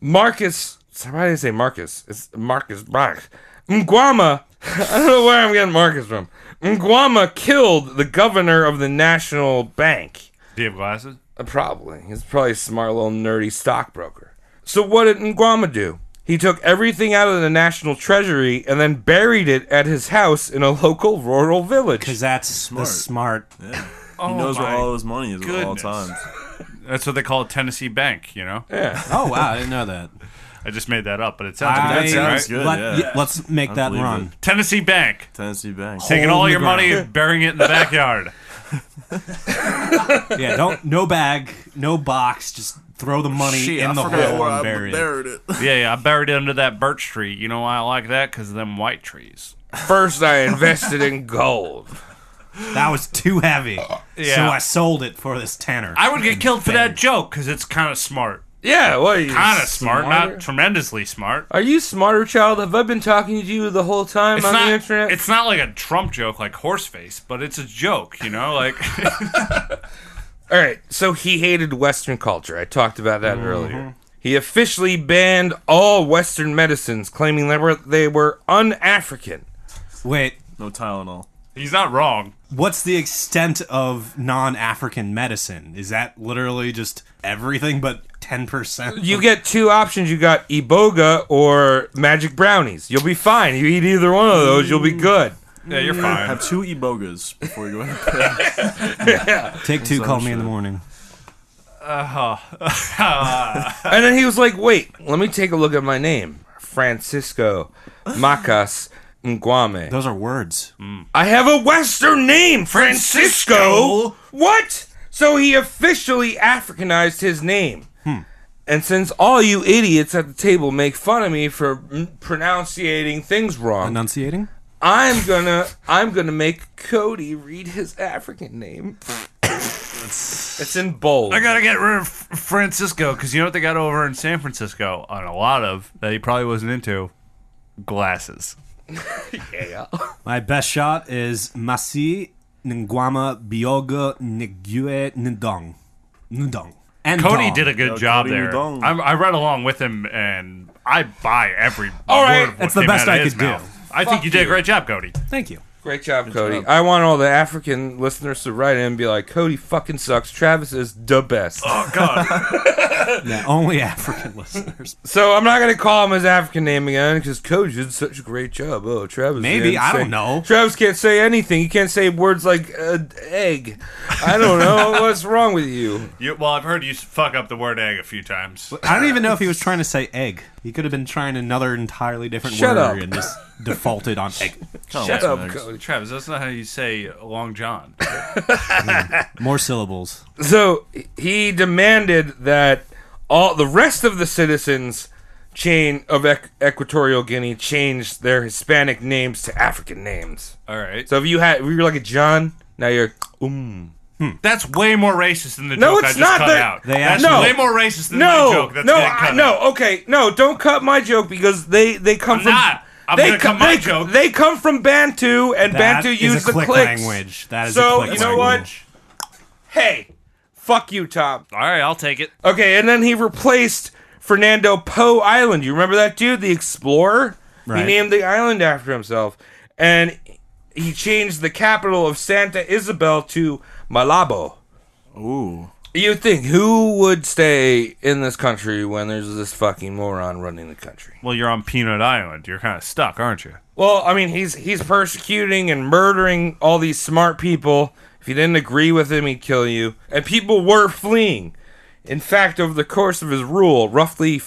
B: Marcus, why did I say Marcus? It's Marcus Marcus. Mguama, (laughs) I don't know where I'm getting Marcus from. Mguama killed the governor of the national bank.
A: Do you have glasses?
B: Uh, probably. He's probably a smart little nerdy stockbroker. So what did Nguama do? He took everything out of the national treasury and then buried it at his house in a local rural village.
H: Cause that's smart. the smart.
I: He knows where
A: my
I: all his money is at all
A: goodness.
I: times.
A: That's what they call a Tennessee bank, you know?
H: Oh wow, I didn't know that.
A: I just made that up, but it sounds good.
H: I-
I: sounds good,
H: Let,
I: yeah.
H: y- let's make that
I: believe
H: run.
A: Tennessee bank.
I: Tennessee Bank.
A: Taking
H: Hole
A: all
H: in
A: your
H: the
A: money and burying it in the backyard.
H: Yeah, don't no bag, no box. Just throw the money
I: Shit,
H: in
I: I
H: the
I: forgot
H: hole
I: where I
H: and bury it.
I: buried it.
A: yeah, yeah, I buried it under that birch tree. You know why I like that? Because of them white trees.
B: First, I invested in gold.
H: That was too heavy. So
A: Yeah.
H: I sold it for this tenner.
A: I would get killed for that joke because it's kind of smart.
B: Yeah, well, you
A: Kind of smart,
B: smarter?
A: not tremendously smart.
B: Are you smarter, child? Have I been talking to you the whole time
A: It's
B: on
A: not,
B: the internet?
A: it's not like a Trump joke like Horseface, but it's a joke, you know? Like, (laughs)
B: All right, so he hated Western culture. I talked about
A: Mm-hmm.
B: that earlier. He officially banned all Western medicines, claiming they were they were un-African.
H: Wait,
I: No Tylenol.
A: he's not wrong.
H: what's the extent of non-African medicine? Is that literally just everything but ten percent?
B: You get two options. You got Iboga or magic brownies. You'll be fine. You eat either one of those, you'll
A: Mm. (laughs)
B: be good.
A: Yeah, you're fine.
I: (laughs) Have two ibogas before you go to bed.
H: Take two. Call me in the morning.
B: And then he was like, "Wait, let me take a look at my name.
A: (laughs)
B: Francisco Macas Nguame.
H: Those are words.
B: I have a Western name, Francisco. What? So he officially Africanized his name. And since all you idiots at the table make fun of me for mm, pronunciating things wrong,
H: Enunciating?
B: I'm gonna I'm gonna make Cody read his African name. it's in bold.
A: I gotta get rid of F- Francisco because you know what they got over in San Francisco on a lot of that he probably wasn't into glasses.
H: My best shot is Masi Ngwama Bioga Ngue Ndong. Ndong. And
A: Cody
H: Dong.
A: did a good
I: Yo,
A: job
I: Cody, you
A: there.
I: don't.
A: I'm, I read along with him, and I buy every.
B: All right,
A: word of what
H: that's the
A: came
H: best
A: out of
H: I
A: his
H: could do.
A: mouth. I think you did a great job, Cody.
H: Thank you.
B: Great job, Cody. I want all the African listeners to write in and be like, Cody fucking sucks. Travis is the best.
A: Oh, (laughs)
H: Yeah, only African (laughs) listeners.
B: So I'm not gonna call him his African name again because Cody did such a great job. Oh, Travis.
H: Maybe,
B: can't
H: I don't
B: say-
H: know.
B: Travis can't say anything. He can't say words like uh, egg. I don't
H: (laughs)
B: know what's wrong with you.
A: You, well, I've heard you fuck up the word egg a few times.
H: I don't even know if he was trying to say egg. He could have been trying another entirely different
B: Shut
H: word
B: up.
H: and just defaulted on egg.
B: (laughs) Shut up, Cody.
A: Travis, that's not how you say Long John.
H: More syllables.
B: So he demanded that all the rest of the citizens chain of Equ- Equatorial Guinea change their Hispanic names to African names.
A: All right,
B: So if you had, if you were like a John, now you're um.
A: that's way more racist than the
B: No,
A: joke
B: it's
A: I just
B: not
A: cut
B: that-
A: out.
H: They
A: that's
B: actually-
A: way more racist than
B: No,
A: my joke. That's
B: no,
A: getting cut
B: I,
A: out.
B: no. Okay, no. Don't cut my joke because they they come
A: I'm
B: from.
A: not. I'm
B: they
A: gonna
B: co-
A: cut my
B: they,
A: joke.
B: They come from Bantu, and
H: That
B: Bantu
H: is
B: use
H: a
B: the
H: click
B: clicks.
H: language. That is
B: So,
H: a click
B: you know what?
H: language.
B: Hey, fuck you, Tom.
A: All right, I'll take it.
B: Okay, and then he replaced Fernando Poe Island. You remember that dude, the explorer? He
H: Right.
B: named the island after himself, and he changed the capital of Santa Isabel to Malabo.
I: Ooh.
B: You think who would stay in this country when there's this fucking moron running the country?
A: Well, you're on Peanut Island. You're kind of stuck, aren't you?
B: Well, I mean, he's he's persecuting and murdering all these smart people. If you didn't agree with him, he'd kill you. And people were fleeing. In fact, over the course of his rule, roughly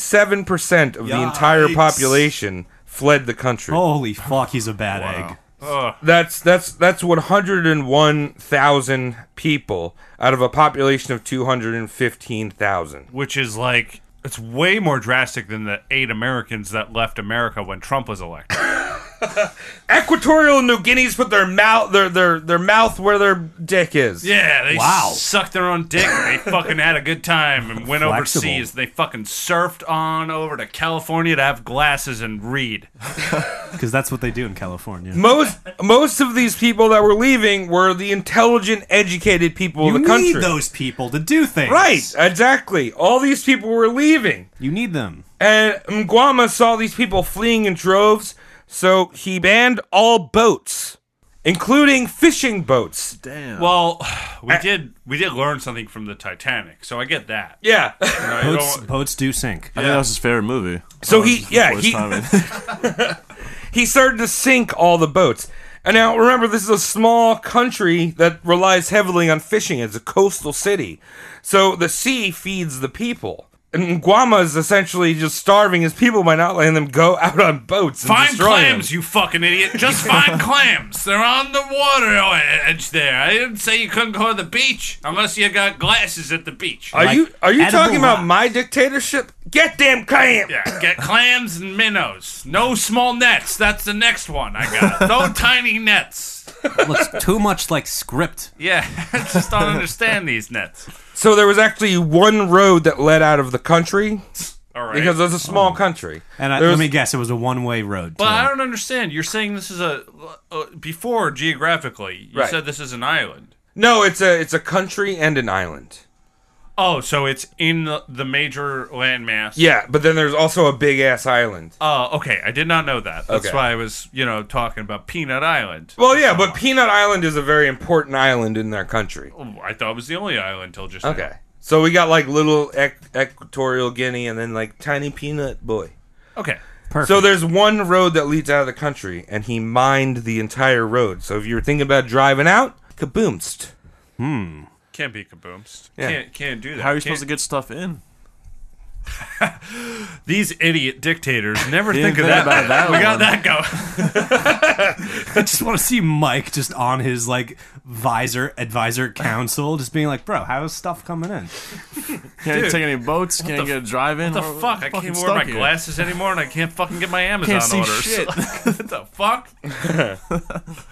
B: 47% of the entire
I: Yikes.
B: population fled the country.
H: Holy fuck, he's a bad egg.
B: That's that's that's 101,000 people out of a population of 215,000.
A: Which is like it's way more drastic than the eight Americans that left America when Trump was elected.
B: Equatorial New Guineas put their mouth their their their mouth where their dick is.
A: Yeah, they
H: Wow.
A: sucked their own dick.
H: (laughs)
A: and They fucking had a good time and went
H: Flexible.
A: overseas. They fucking surfed on over to California to have glasses and read.
H: Because that's what they do in California.
B: most most of these people that were leaving were the intelligent, educated people
H: you
B: of the country.
H: need those people to do things.
B: Right, exactly. All these people were leaving,
H: You need them.
B: and Mguama saw these people fleeing in droves, so he banned all boats, including fishing boats.
I: Damn.
A: Well, we
H: Eh.
A: did we did learn something from the Titanic, so I get that. oh,
B: Yeah. (laughs)
A: I don't-
H: Boats, boats do sink.
I: I think that was his favorite movie.
B: So
H: Oh,
I: That was
B: he-
I: his
B: yeah,
I: first
B: he-
I: time in-
B: he started to sink all the boats. And now remember, this is a small country that relies heavily on fishing. It's a coastal city. So the sea feeds the people. And Guama is essentially just starving his people by not letting them go (laughs) out on boats and
A: Find
B: destroy
A: clams,
B: them.
A: you fucking idiot! Just
H: (laughs)
A: find clams. They're on the water edge there. I didn't say you couldn't go to the beach unless you got glasses at the beach.
B: Are you are you
H: edible
B: talking about
H: rocks.
B: my dictatorship? Get damn clam!
A: Yeah, get clams and minnows. No small nets. That's the next one I got.
H: (laughs)
A: No tiny nets.
H: looks too much like script.
A: Yeah, (laughs) I just don't understand these nets.
B: So there was actually one road that led out of the country
A: All right.
B: because it's a small country.
H: And I,
B: There
H: let
B: was-
H: me guess, it was a one-way road.
A: well,
H: too.
A: I don't understand. You're saying this is a uh, before geographically. You
B: Right.
A: said this is an island.
B: no, it's a it's a country and an island.
A: Oh, so it's in the, the major landmass.
B: Yeah, but then there's also a big ass island.
A: Oh, okay. I did not know that. That's
B: Okay.
A: why I was, you know, talking about Peanut Island.
B: Well, yeah, but Peanut Island is a very important island in their country.
A: Oh, I thought it was the only island till just
B: Okay. So we got like little ec- Equatorial Guinea and then like tiny Peanut Boy.
A: now. Okay.
H: Perfect.
B: So there's one road that leads out of the country, and he mined the entire road. So if you were thinking about driving out, kaboomst.
A: Can't be kabooms.
B: Yeah.
A: Can't can't do that.
I: How are
A: Can't-
I: you supposed to get stuff in?
A: These idiot dictators
B: (laughs)
A: never
I: Didn't
A: think of
I: think
A: that.
I: about that
A: we got
I: one.
A: that going.
H: I (laughs) just want to see Mike just on his like visor
A: (laughs)
H: advisor council, just being like, "Bro, how's stuff coming in?"
I: Can't take any boats. Can't get a drive in.
A: What the fuck? I can't even wear my glasses anymore, and I can't fucking get my Amazon
I: Can't see
A: orders.
I: shit. (laughs)
A: what (laughs) the fuck?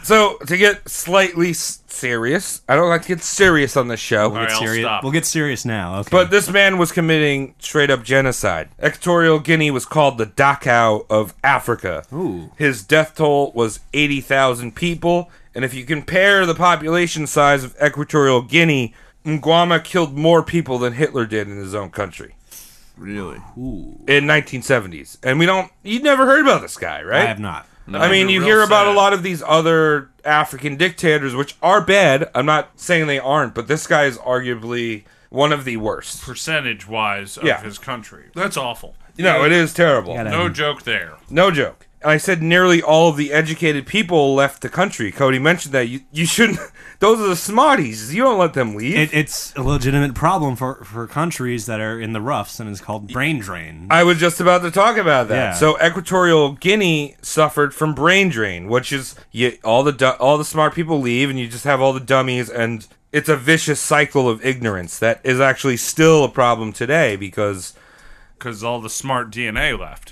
B: So to get slightly s- serious, I don't like to get serious on this show.
A: All right, I'll
H: Serious-
A: stop.
H: We'll get serious now. Okay,
B: But this man was committing straight up genocide. Equatorial Guinea was called the Dachau of Africa. Ooh. His death toll was 80,000 people. And if you compare the population size of Equatorial Guinea, Nguama killed more people than Hitler did in his own country
I: Really?
B: in 1970s. And we don't, you never heard about this guy, right?
H: I have not.
B: I mean,
A: That'd
B: you
A: be
B: hear
A: real
B: about a
A: sad.
B: lot of these other African dictators, which are bad. I'm not saying they aren't, but this guy is arguably one of the worst.
A: Percentage wise of
B: Yeah.
A: his country. That's awful.
B: No, it is terrible.
A: No joke there.
B: No joke. And I said nearly all of the educated people left the country. Cody mentioned that you, you shouldn't. (laughs) Those are the smarties. You don't let them leave.
H: It, it's a legitimate problem for, for countries that are in the roughs, and it's called brain drain.
B: I was just about to talk about that.
H: Yeah.
B: So Equatorial Guinea suffered from brain drain, which is you, all the du- all the smart people leave, and you just have all the dummies, and it's a vicious cycle of ignorance that is actually still a problem today because
A: Because all the smart DNA left.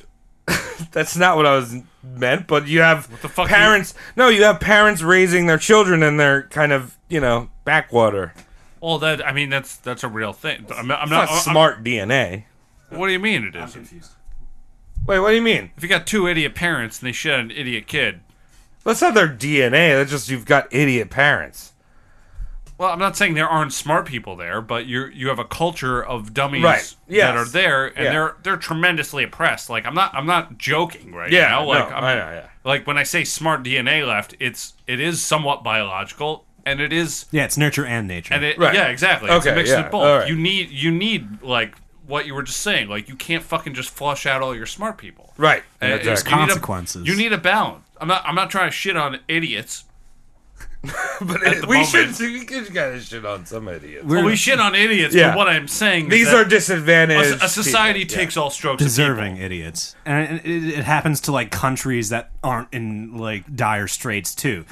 B: that's not what I was meant. But you have
A: the fuck you-
B: parents. no, you have parents raising their children, and they're kind of you know backwater.
A: Well, that I mean, that's that's a real thing. I'm, I'm not
B: It's not
A: I'm-
B: smart DNA.
A: what do you mean it isn't?
B: Wait, what do you mean?
A: If you got two idiot parents and they shit on an idiot kid,
B: That's not their DNA. That's just you've got idiot parents.
A: Well, I'm not saying there aren't smart people there, but you you have a culture of dummies
B: Right. Yes.
A: that are there, and
B: Yeah.
A: they're they're tremendously oppressed. Like I'm not I'm not joking right
B: Yeah,
A: now.
B: no,
A: Like I'm,
B: I know, yeah.
A: like when I say smart DNA left, it's it is somewhat biological, and it is
H: yeah, it's nurture and nature.
A: and it
B: Right.
A: yeah exactly. It's a
B: Okay,
A: mix
B: yeah,
A: of both.
B: all right.
A: You need you need like what you were just saying. Like you can't fucking just flush out all your smart people.
B: Right.
A: Uh,
B: Exactly.
A: you need a-
H: consequences.
A: you need a balance. I'm not I'm not trying to shit on idiots.
B: But
A: the
B: we
A: moment.
B: should we could kind of shit on some idiots.
A: Well, we shit on idiots,
B: Yeah.
A: but what I'm saying
B: These
A: is that
B: are disadvantaged.
A: a, a society
B: people.
A: takes all strokes
H: deserving
A: Of
H: idiots, and it, it, it happens to like countries that aren't in like dire straits too,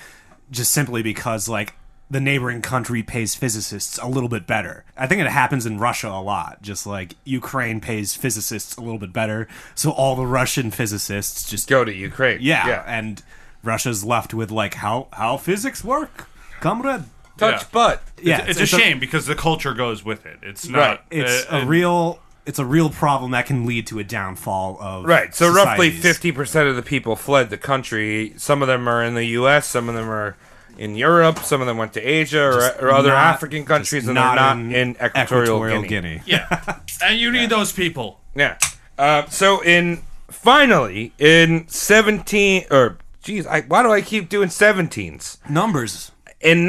H: just simply because like the neighboring country pays physicists a little bit better. I think it happens in Russia a lot, just like Ukraine pays physicists a little bit better, so all the Russian physicists just
B: go to Ukraine.
H: yeah, and Russia's left with like how how physics work, comrade.
B: touch
A: yeah.
B: butt.
H: Yeah,
A: people. It's, a shame because the culture goes with it. It's not.
B: Right.
H: It's
A: uh,
H: a
A: uh,
H: real it's a real problem that can lead to a downfall of
B: Right. So roughly
H: societies.
B: fifty percent of the people fled the country. Some of them are in the U.S. Some of them are in Europe. Some of them went to Asia or, or other
H: not-
B: African countries,
H: just
B: and they're not in, Equatorial, Guinea.
A: yeah,
H: (laughs)
A: and you need those people.
B: Yeah. Uh, so in finally in seventeen or geez, I, why do I keep doing seventeens?
H: Numbers.
B: In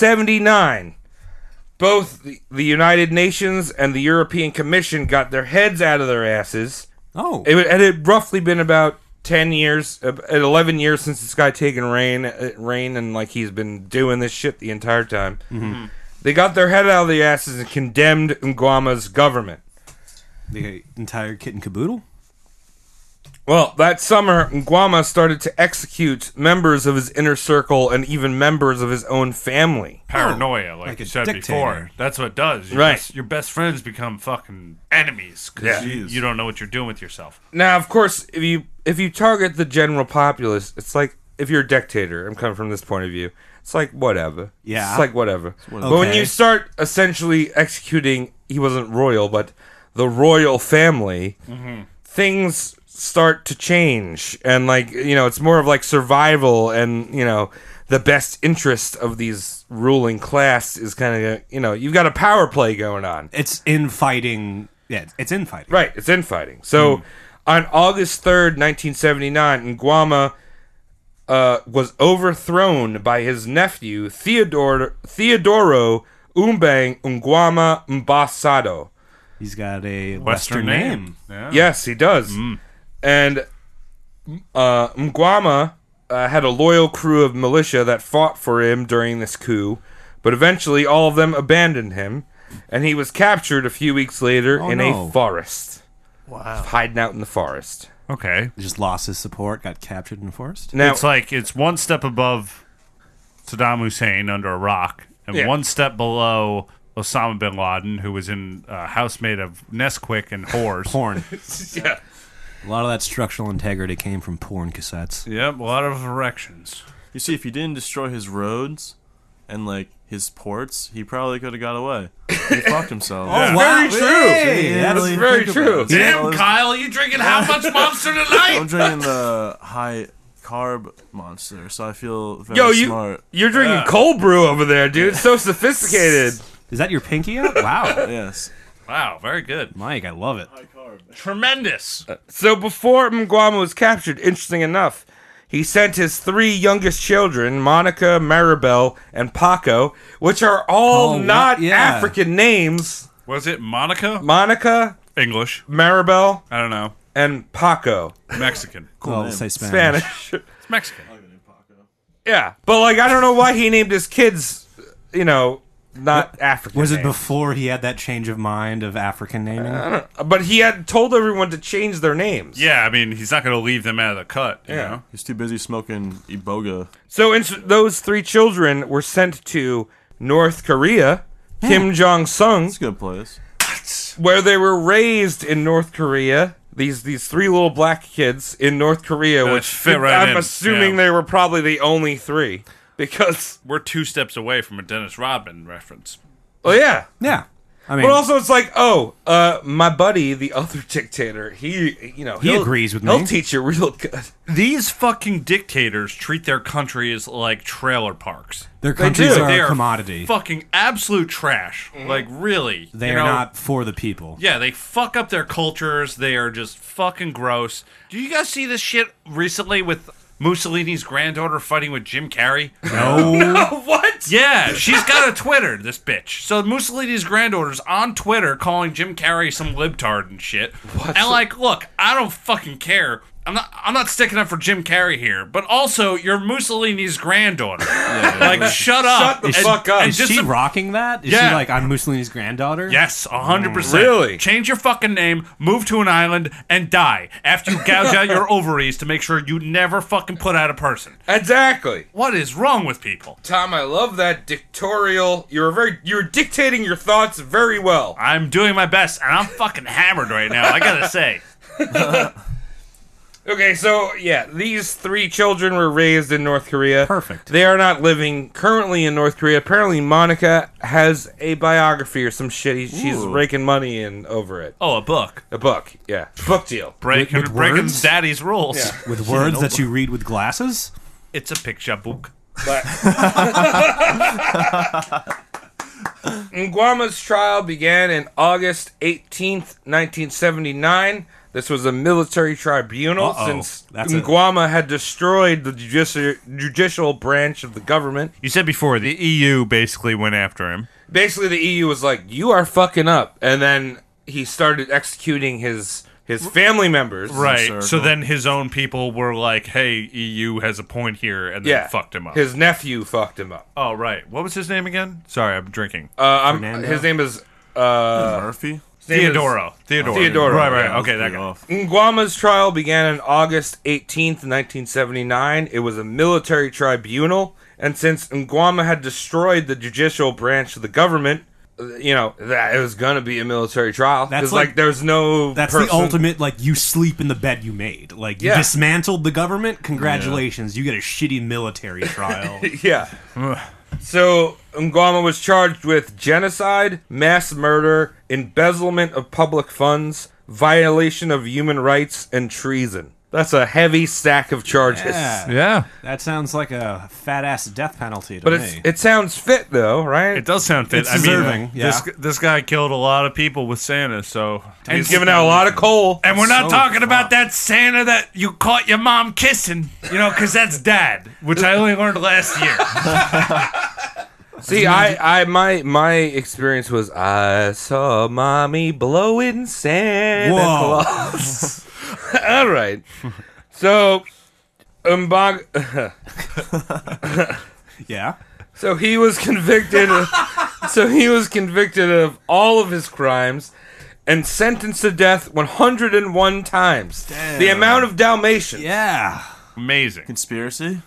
B: 1979, both the, the United Nations and the European Commission got their heads out of their asses.
H: Oh,
B: It, wa- it had roughly been about 10 years, uh, 11 years since this guy taken rain, uh, rain, and like he's been doing this shit the entire time. They got their head out of the asses and condemned Nguama's government.
H: the entire kit and caboodle.
B: Well, that summer, Nguama started to execute members of his inner circle and even members of his own family.
A: Paranoia, like,
H: Oh, like
A: you
H: a
A: said
H: dictator.
A: before, that's what it does. Your
B: Right.
A: best, your best friends become fucking enemies
B: Yeah.
A: because you,
I: Jeez.
A: you don't know what you're doing with yourself.
B: Now, of course, if you if you target the general populace, it's like if you're a dictator. I'm coming from this point of view. It's like whatever.
H: Yeah.
B: It's like whatever. But when
H: Okay.
B: you start essentially executing, he wasn't royal, but the royal family,
H: Mm-hmm.
B: things start to change, and like you know, it's more of like survival, and you know, the best interest of these ruling class is kind of you know, you've got a power play going on.
H: It's infighting. Yeah, it's infighting.
B: Right, it's infighting. So on August 3rd, 1979, Nguama uh, was overthrown by his nephew, Theodor- Theodoro Umbang Nguama Mbasado.
H: He's got a
A: Western
H: Western, name.
A: name. Yeah.
B: Yes, he does. And uh, Mgwama uh, had a loyal crew of militia that fought for him during this coup, but eventually all of them abandoned him. and he was captured a few weeks later in
H: no.
B: a forest. Wow. Hiding out in the forest.
J: Okay.
H: Just lost his support, got captured in the forest.
B: Now,
A: it's like it's one step above Saddam Hussein under a rock, and
B: Yeah.
A: one step below Osama bin Laden, who was in a house made of Nesquik and whores.
H: Porn. A lot of that structural integrity came from porn cassettes.
A: Yep, a lot of erections.
I: You see, if he didn't destroy his roads and like his ports, he probably could have got away.
A: (laughs)
I: He fucked himself.
A: Oh,
B: That's
H: wow.
B: very true.
H: Hey, that's
B: that's very true.
I: Damn,
A: Kyle, are you drinking how much monster tonight?
I: I'm drinking the high carb monster, so I feel very
B: Yo, you
I: smart.
B: you're drinking cold brew over there, dude. So
H: (laughs)
B: sophisticated.
H: Is that your pinky up? (laughs) Wow.
I: Yes.
J: Wow, very good.
H: Mike, I love it.
J: Tremendous.
B: So before Mguama was captured, interesting enough, he sent his three youngest children, Monica, Maribel, and Paco, which are all
H: Oh,
B: not
H: yeah.
B: African names.
A: Was it Monica?
B: Monica,
A: English.
B: Maribel,
A: I don't know.
B: and Paco.
A: Mexican.
H: Cool. Well, say Spanish.
B: Spanish.
A: It's Mexican.
B: (laughs) yeah. But like I don't know why he named his kids, you know, not African.
H: Was it
B: names.
H: before he had that change of mind of African naming?
B: Uh, But he had told everyone to change their names.
A: Yeah, I mean, he's not going to leave them out of the cut. You
B: Yeah.
A: Know?
I: He's too busy smoking Iboga.
B: So ins- those three children were sent to North Korea, Kim Jong Sung,
I: It's a good place.
B: where they were raised in North Korea. These these three little black kids in North Korea,
A: Uh,
B: which
A: fit right
B: I'm
A: in,
B: assuming
A: yeah.
B: they were probably the only three because,
A: We're two steps away from a Dennis Rodman reference.
B: well, oh, yeah.
H: Yeah. I mean,
B: But also, it's like, oh, uh, my buddy, the other (laughs) dictator, he, you know,
H: He
B: he'll-
H: agrees with
B: He'll
H: me.
B: teach you real good. (laughs)
A: These fucking dictators treat their country as like trailer parks.
H: their countries
B: do.
H: are
A: They
H: a
A: are
H: commodity.
A: Fucking absolute trash. Like really,
H: they
A: you
H: are
A: know?
H: not for the people.
A: Yeah, they fuck up their cultures. They are just fucking gross. Do you guys see this shit recently with Mussolini's granddaughter fighting with Jim Carrey? (laughs)
H: No.
B: what?
A: Yeah, she's got (laughs) a Twitter, this bitch. So Mussolini's granddaughter's on Twitter calling Jim Carrey some libtard and shit. And like, look, I don't fucking care. I'm not. I'm not sticking up for Jim Carrey here. But also, you're Mussolini's (laughs) granddaughter. like, shut up.
B: the
A: and-
B: fuck up.
A: and
H: Is
A: just
H: she
A: a-
H: rocking that? Is she
A: Yeah.
H: like, I'm Mussolini's granddaughter?
A: Yes, hundred percent.
B: Really?
A: Change your fucking name, move to an island, and die after you gouge out (laughs) your ovaries to make sure you never fucking put out a person.
B: Exactly.
A: What is wrong with people?
B: Tom, I love that dictatorial. You're very, you're dictating your thoughts very well.
A: I'm doing my best, and I'm fucking hammered right now. I gotta say.
B: Okay, so yeah, these three children were raised in North Korea.
H: Perfect.
B: They are not living currently in North Korea. Apparently, Monica has a biography or some shit. He- She's raking money in over it.
A: Oh, a book.
B: A book, yeah, book deal.
A: Breaking,
H: with
A: breaking
H: words?
A: daddy's rules.
H: With words that you read with glasses?
A: It's a picture book.
B: (laughs) Nguama's trial began in August 18th, 1979. This was a military tribunal
H: Uh-oh.
B: since
H: That's a-
B: Nguama had destroyed the judici- judicial branch of the government.
A: You said before the EU basically went after him.
B: basically the EU was like, "You are fucking up," and then he started executing his his family members.
A: Right. So
I: circle.
A: then his own people were like, "Hey, EU has a point here," and then
B: Yeah.
A: fucked him up.
B: His nephew fucked him up.
A: oh, right. What was his name again? Sorry, I'm drinking.
B: Uh, I'm,
H: Fernando?
B: his name is uh,
I: Murphy?
B: his name is-
A: Theodoro. Theodoro.
B: Theodoro.
A: Right, right.
I: Yeah,
A: okay, that
I: pretty
A: guy.
I: off.
B: Nguama's trial began on August 18th, 1979. It was a military tribunal, and since Nguama had destroyed the judicial branch of the government, uh, you know that it was gonna be a military trial.
H: That's
B: Because like,
H: like-
B: there's no
H: That's the
B: person-
H: ultimate, like, you sleep in the bed you made. Like, you
B: Yeah.
H: dismantled the government? Congratulations, you get a shitty
B: (laughs)
H: military trial.
B: Yeah. so Ngama was charged with genocide, mass murder, embezzlement of public funds, violation of human rights, and treason. That's a heavy stack of charges.
H: yeah.
A: Yeah.
H: That sounds like a fat ass death penalty to
B: But
H: me.
B: it's, it sounds fit though, right?
A: It does sound fit.
H: It's
A: I mean,
H: deserving, yeah.
A: this this guy killed a lot of people with Santa, so
B: He's giving out a lot of coal.
A: And we're not
H: so
A: talking about that Santa that you caught your mom kissing, you know, because that's dad, which I only learned last
H: (laughs)
A: year.
B: See, I, I, my, my experience was I saw mommy blowing Santa
H: Whoa.
B: Claus. (laughs) All right. So, Mbag, (laughs)
H: yeah. (laughs)
B: So he was convicted. Of, So he was convicted of all of his crimes and sentenced to death 101 times. The amount of Dalmatians.
H: Yeah.
A: Amazing.
I: Conspiracy?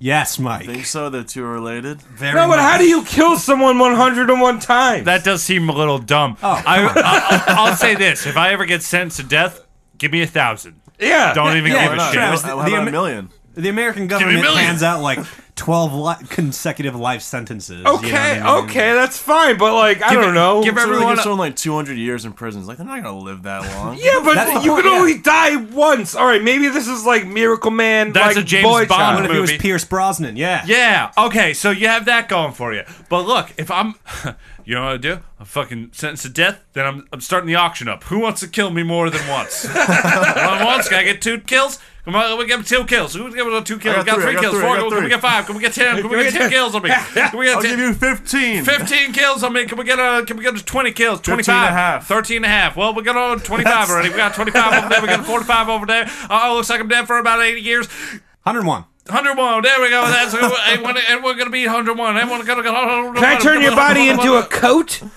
H: Yes,
I: I think
H: Mike.
I: so. The two are related.
H: Very
B: No, but how
H: much.
B: do you kill someone 101 times?
A: That does seem a little dumb.
H: Oh,
A: I, I, I'll say this: if I ever get sentenced to death, give me a thousand.
B: yeah.
A: Don't even
H: yeah,
A: give
H: why
A: a
H: not?
A: shit.
H: Travis,
I: How
H: the-
I: about
H: the Amer-
I: a million?
H: The American
A: me a
H: government
A: million.
H: hands out like 12 li- consecutive life sentences. you know
B: Okay,
H: what I mean?
B: okay, that's fine, but like I don't know.
A: give
I: Everyone
A: Everyone-
I: gives someone like 200 years in prison. It's like they're not gonna live that
A: (laughs)
I: long.
B: yeah, but
H: That's-
B: you can
H: yeah.
B: only die once. All right, maybe this is like Miracle Man.
A: That's
B: like,
A: a James
B: boy
A: Bond
H: What
B: child.
H: if it was
A: Movie.
H: Pierce Brosnan? Yeah.
A: Yeah. Okay. So you have that going for you. But look, if I'm, (laughs) you know what I do? I'm fucking sentenced to death. Then I'm, I'm starting the auction up. Who wants to kill me more than
I: (laughs)
A: once? One once, can I get two kills? Come on, we get two kills. Who's giving two kills?
I: got
A: We got
I: three, I
A: three
I: got
A: kills.
I: three, I
A: Four.
I: got
A: Can we
I: three.
A: get five? Can we get
I: (laughs)
A: ten? Can we get ten kills on me? Can we get
I: I'll give
A: 10?
I: you 15.
A: 15 kills on me. Can we get a can we get a 20 kills? 25
I: and a half.
A: 13 and a half. Well, we got on 25 already. We got 25 over there. We got 45 over there. Oh, looks like I'm dead for about 80 years.
H: 101.
A: 101. There we go. That's (laughs) and we're- and we're gonna be 101. And we're gonna go.
B: Can I turn your body into a
H: (laughs)
B: coat?
A: (laughs)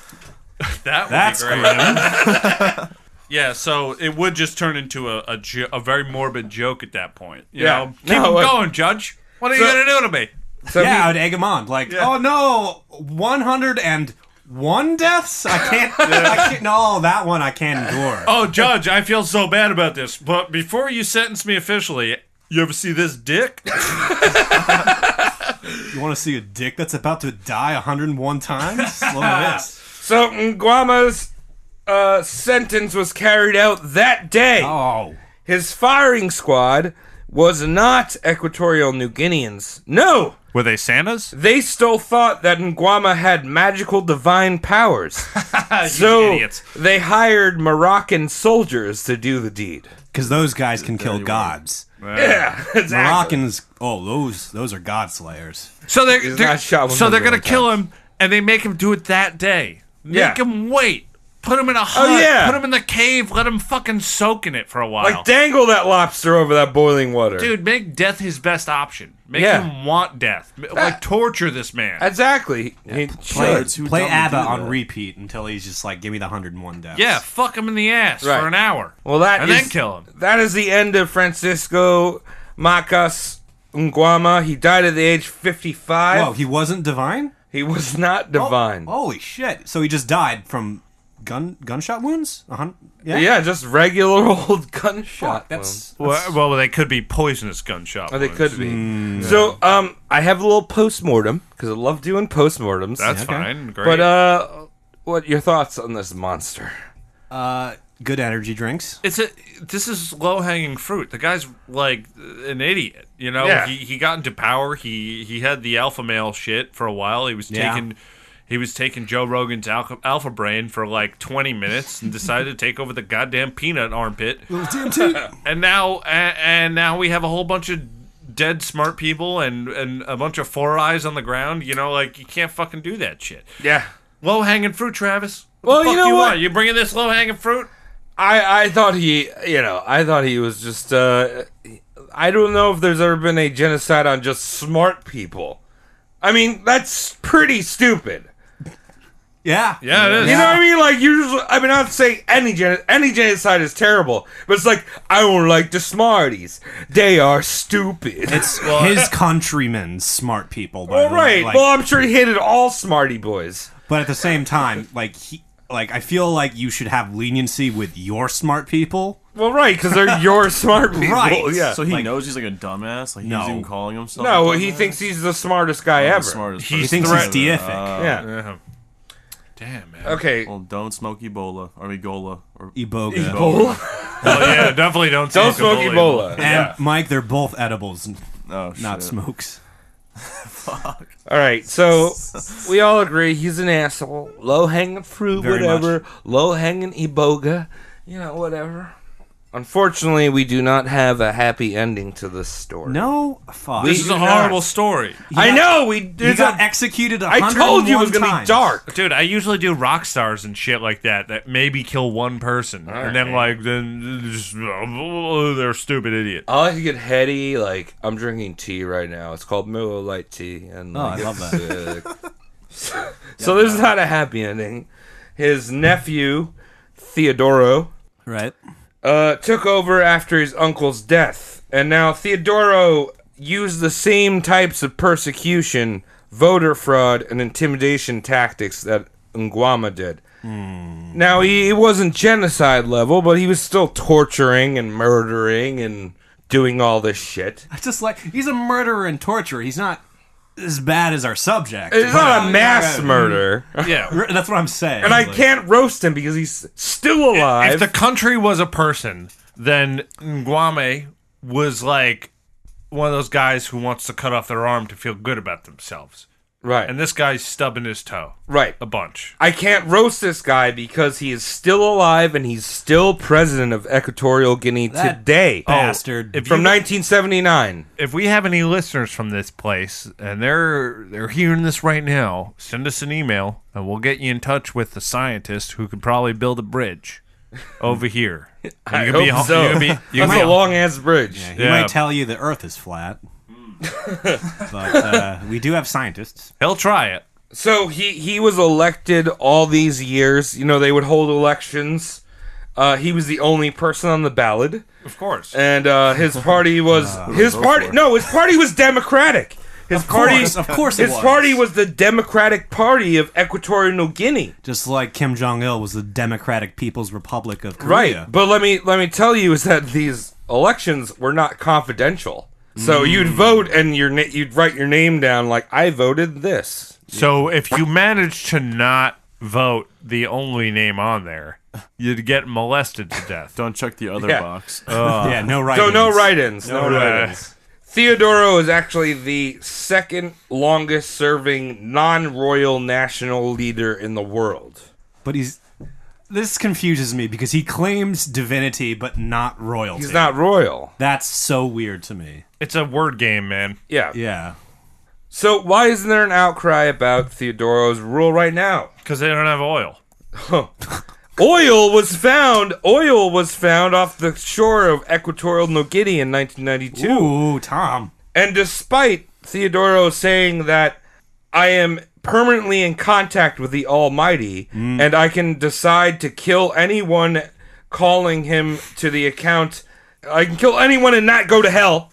A: That would
H: That's
A: be great.
H: grim.
A: Yeah. So it would just turn into a a, jo- a very morbid joke at that point. You
B: Yeah.
A: Know? Keep
B: No,
A: him
B: uh,
A: going, Judge. What are you
B: so-
A: gonna do to me?
B: So
H: yeah, I
B: he-
H: would egg him on. Like, oh no, 101 deaths? I can't, I can't, no, that one I can endure.
A: Oh, Judge, I feel so bad about this. But before you sentence me officially, you ever see this dick?
H: You want to see a dick that's about to die 101 times? Look at this.
B: so Nguama's uh, sentence was carried out that day.
H: Oh.
B: His firing squad was not Equatorial New Guineans. No,
A: Were they (laughs) Santas?
B: they still thought that Nguama had magical divine powers. so
A: idiots.
B: they hired Moroccan soldiers to do the deed.
H: Because those guys can kill gods.
B: Yeah, exactly.
H: Moroccans, oh, those those are god slayers.
A: So they're,
B: He's
A: they're-
B: not shot
A: so they're
B: 101
A: gonna kill him, and they make him do it that day. Make
B: Yeah. Oh,
A: him wait. Put him in a hut.
B: yeah.
A: Put him in the cave. Let him fucking soak in it for a while.
B: Like dangle that lobster over that boiling water.
A: Dude, make death his best option. Make
B: Yeah.
A: him want death. M- like torture this man.
B: Exactly. He
H: Play,
B: should.
I: It's who
H: play
I: dumb to
H: ABBA
I: do
H: on
I: that.
H: repeat until he's just like, give me the 101 deaths.
A: yeah, fuck him in the ass
B: Right.
A: for an hour.
B: Well, that
A: and
B: is-
A: then kill him.
B: That is the end of Francisco Macas Nguama. He died at the age of 55.
H: Whoa, Oh, he wasn't divine?
B: He was not divine.
H: Holy shit! So he just died from gun gunshot wounds? A hun- yeah.
B: Yeah, just regular (laughs) old gunshot.
H: Fuck, that's,
A: Well, well, they could be poisonous gunshot.
B: wounds. Oh, they
A: wounds.
B: could be. So, um, I have a little postmortem because I love doing postmortems.
A: That's
H: okay.
A: fine. Great.
B: But uh, what your thoughts on this monster?
H: uh, good energy drinks.
A: it's a this is low hanging fruit. The guy's like an idiot. You know,
B: Yeah.
A: he, he got into power. He he had the alpha male shit for a while. He was
H: Yeah.
A: taking he was taking Joe Rogan's alpha, alpha brain for like twenty minutes and decided to take over the goddamn peanut armpit. And now and, and now we have a whole bunch of dead smart people and and a bunch of four eyes on the ground. You know, like you can't fucking do that shit.
B: Yeah,
A: Low hanging fruit, Travis.
B: Well,
A: What the
B: you
A: fuck
B: know what?
A: want? You bringing this low hanging fruit?
B: I I thought he, you know, I thought he was just. Uh, I don't know if there's ever been a genocide on just smart people. I mean, that's pretty stupid.
H: (laughs) Yeah,
A: Yeah, it is.
B: You know what I mean? Like usually, I mean, I'd say any gen- any genocide is terrible, but it's like I don't like the smarties. They are stupid.
H: It's his countrymen, smart people. By
B: all
H: the way,
B: right. (laughs)
H: like-
B: well, I'm sure he hated all smarty boys.
H: but at the same time, like he, like I feel like you should have leniency with your smart people.
B: Well, right, because they're your smart people.
H: Right,
B: Yeah.
I: So he knows he's like a dumbass. Like
H: No.
I: he's even calling himself.
B: no,
I: a
B: well, he
I: dumbass?
B: thinks he's the smartest guy
I: The
B: ever.
I: smartest
H: He
I: person
H: thinks he's
I: ever.
H: deific.
I: Uh,
B: Yeah.
A: Damn man.
B: Okay.
I: well, don't smoke Ebola or Egola or
H: Iboga.
A: Well, yeah, definitely don't
B: Don't
A: smoke
B: smoke Ebola.
H: And Mike, they're both edibles,
I: oh, shit.
H: not smokes.
B: All right, so (laughs) we all agree he's an asshole. Low hanging fruit,
H: Very
B: whatever. Low hanging iboga, you know, whatever. Unfortunately, we do not have a happy ending to this story.
H: No, fuck.
B: We-
A: This is a horrible story,
B: I
H: got-
B: know we.
H: he
B: it's
H: got
B: a-
H: executed.
B: I told you it was
H: 101
B: gonna
H: times.
B: be dark.
A: dude. I usually do rock stars and shit like that that maybe kill one person, and then like then just, oh, they're a stupid idiot.
B: I like to Oh, get heady. Like I'm drinking tea right now. It's called Miller Light tea, and
H: Oh, I (laughs)
B: like,
H: love
B: it's, uh, so this is not a happy ending. His nephew Theodoro
H: Right.
B: uh, took over after his uncle's death, and now Theodoro used the same types of persecution, voter fraud, and intimidation tactics that Nguama did.
A: Hmm.
B: Now he, it wasn't genocide level, but he was still torturing and murdering and doing all this shit.
H: It's just like he's a murderer and torturer. He's not as bad as our subject.
B: It's not a mass murder,
A: Yeah.
H: R- That's what I'm saying.
B: and I
H: Like,
B: can't roast him because he's still alive.
A: If the country was a person, then Nguame was like one of those guys who wants to cut off their arm to feel good about themselves.
B: right,
A: And this guy's stubbing his toe
B: right.
A: a bunch.
B: I can't roast this guy because he is still alive and he's still president of Equatorial Guinea
H: That
B: today.
H: bastard.
A: If
B: from
A: Oh, you-
B: 1979.
A: if we have any listeners from this place and they're they're hearing this right now, send us an email and we'll get you in touch with the scientist who could probably build a
B: (laughs)
A: bridge over here. And
B: I
A: you can be ho-
B: hope so.
A: you can
B: (laughs)
A: be- you can
B: That's
A: be-
B: a long ass bridge.
H: He
A: Yeah.
H: might tell you the Earth is flat.
B: Hmm.
H: but uh, we do have scientists.
A: He'll try it.
B: So he he was elected all these years. You know they would hold elections. Uh, he was the only person on the ballot,
A: Of course. Uh,
B: and uh, his party
A: (laughs)
B: was his party. No, his party was Democratic. His party,
H: course, of course it
B: his
H: was.
B: party was the Democratic Party of Equatorial Guinea.
H: Just like Kim Jong Il was the Democratic People's Republic of Korea.
B: Right. But let me let me tell you is that these elections were not confidential. So you'd vote and your na- you'd write your name down like I voted this.
A: So if you manage to not vote the only name on there, you'd get molested to death.
I: Don't check the other
B: Yeah.
I: (laughs) box.
H: yeah, no right.
B: So no write-ins. No,
A: write-ins.
B: write-ins. (laughs) Theodoro is actually the second longest serving non-royal national leader in the world.
H: But he's. This confuses me because he claims divinity but not royalty.
B: He's not royal.
H: That's so weird to me.
A: It's a word game, man.
B: Yeah.
H: Yeah.
B: So why isn't there an outcry about Theodoro's rule right now?
A: Because they don't have oil.
B: Oil was found. Oil was found off the shore of Equatorial Guinea in 1992.
H: Ooh, Tom.
B: And despite Theodoro saying that I am permanently in contact with the Almighty
A: Mm.
B: and I can decide to kill anyone calling him to the account, I can kill anyone and not go to hell.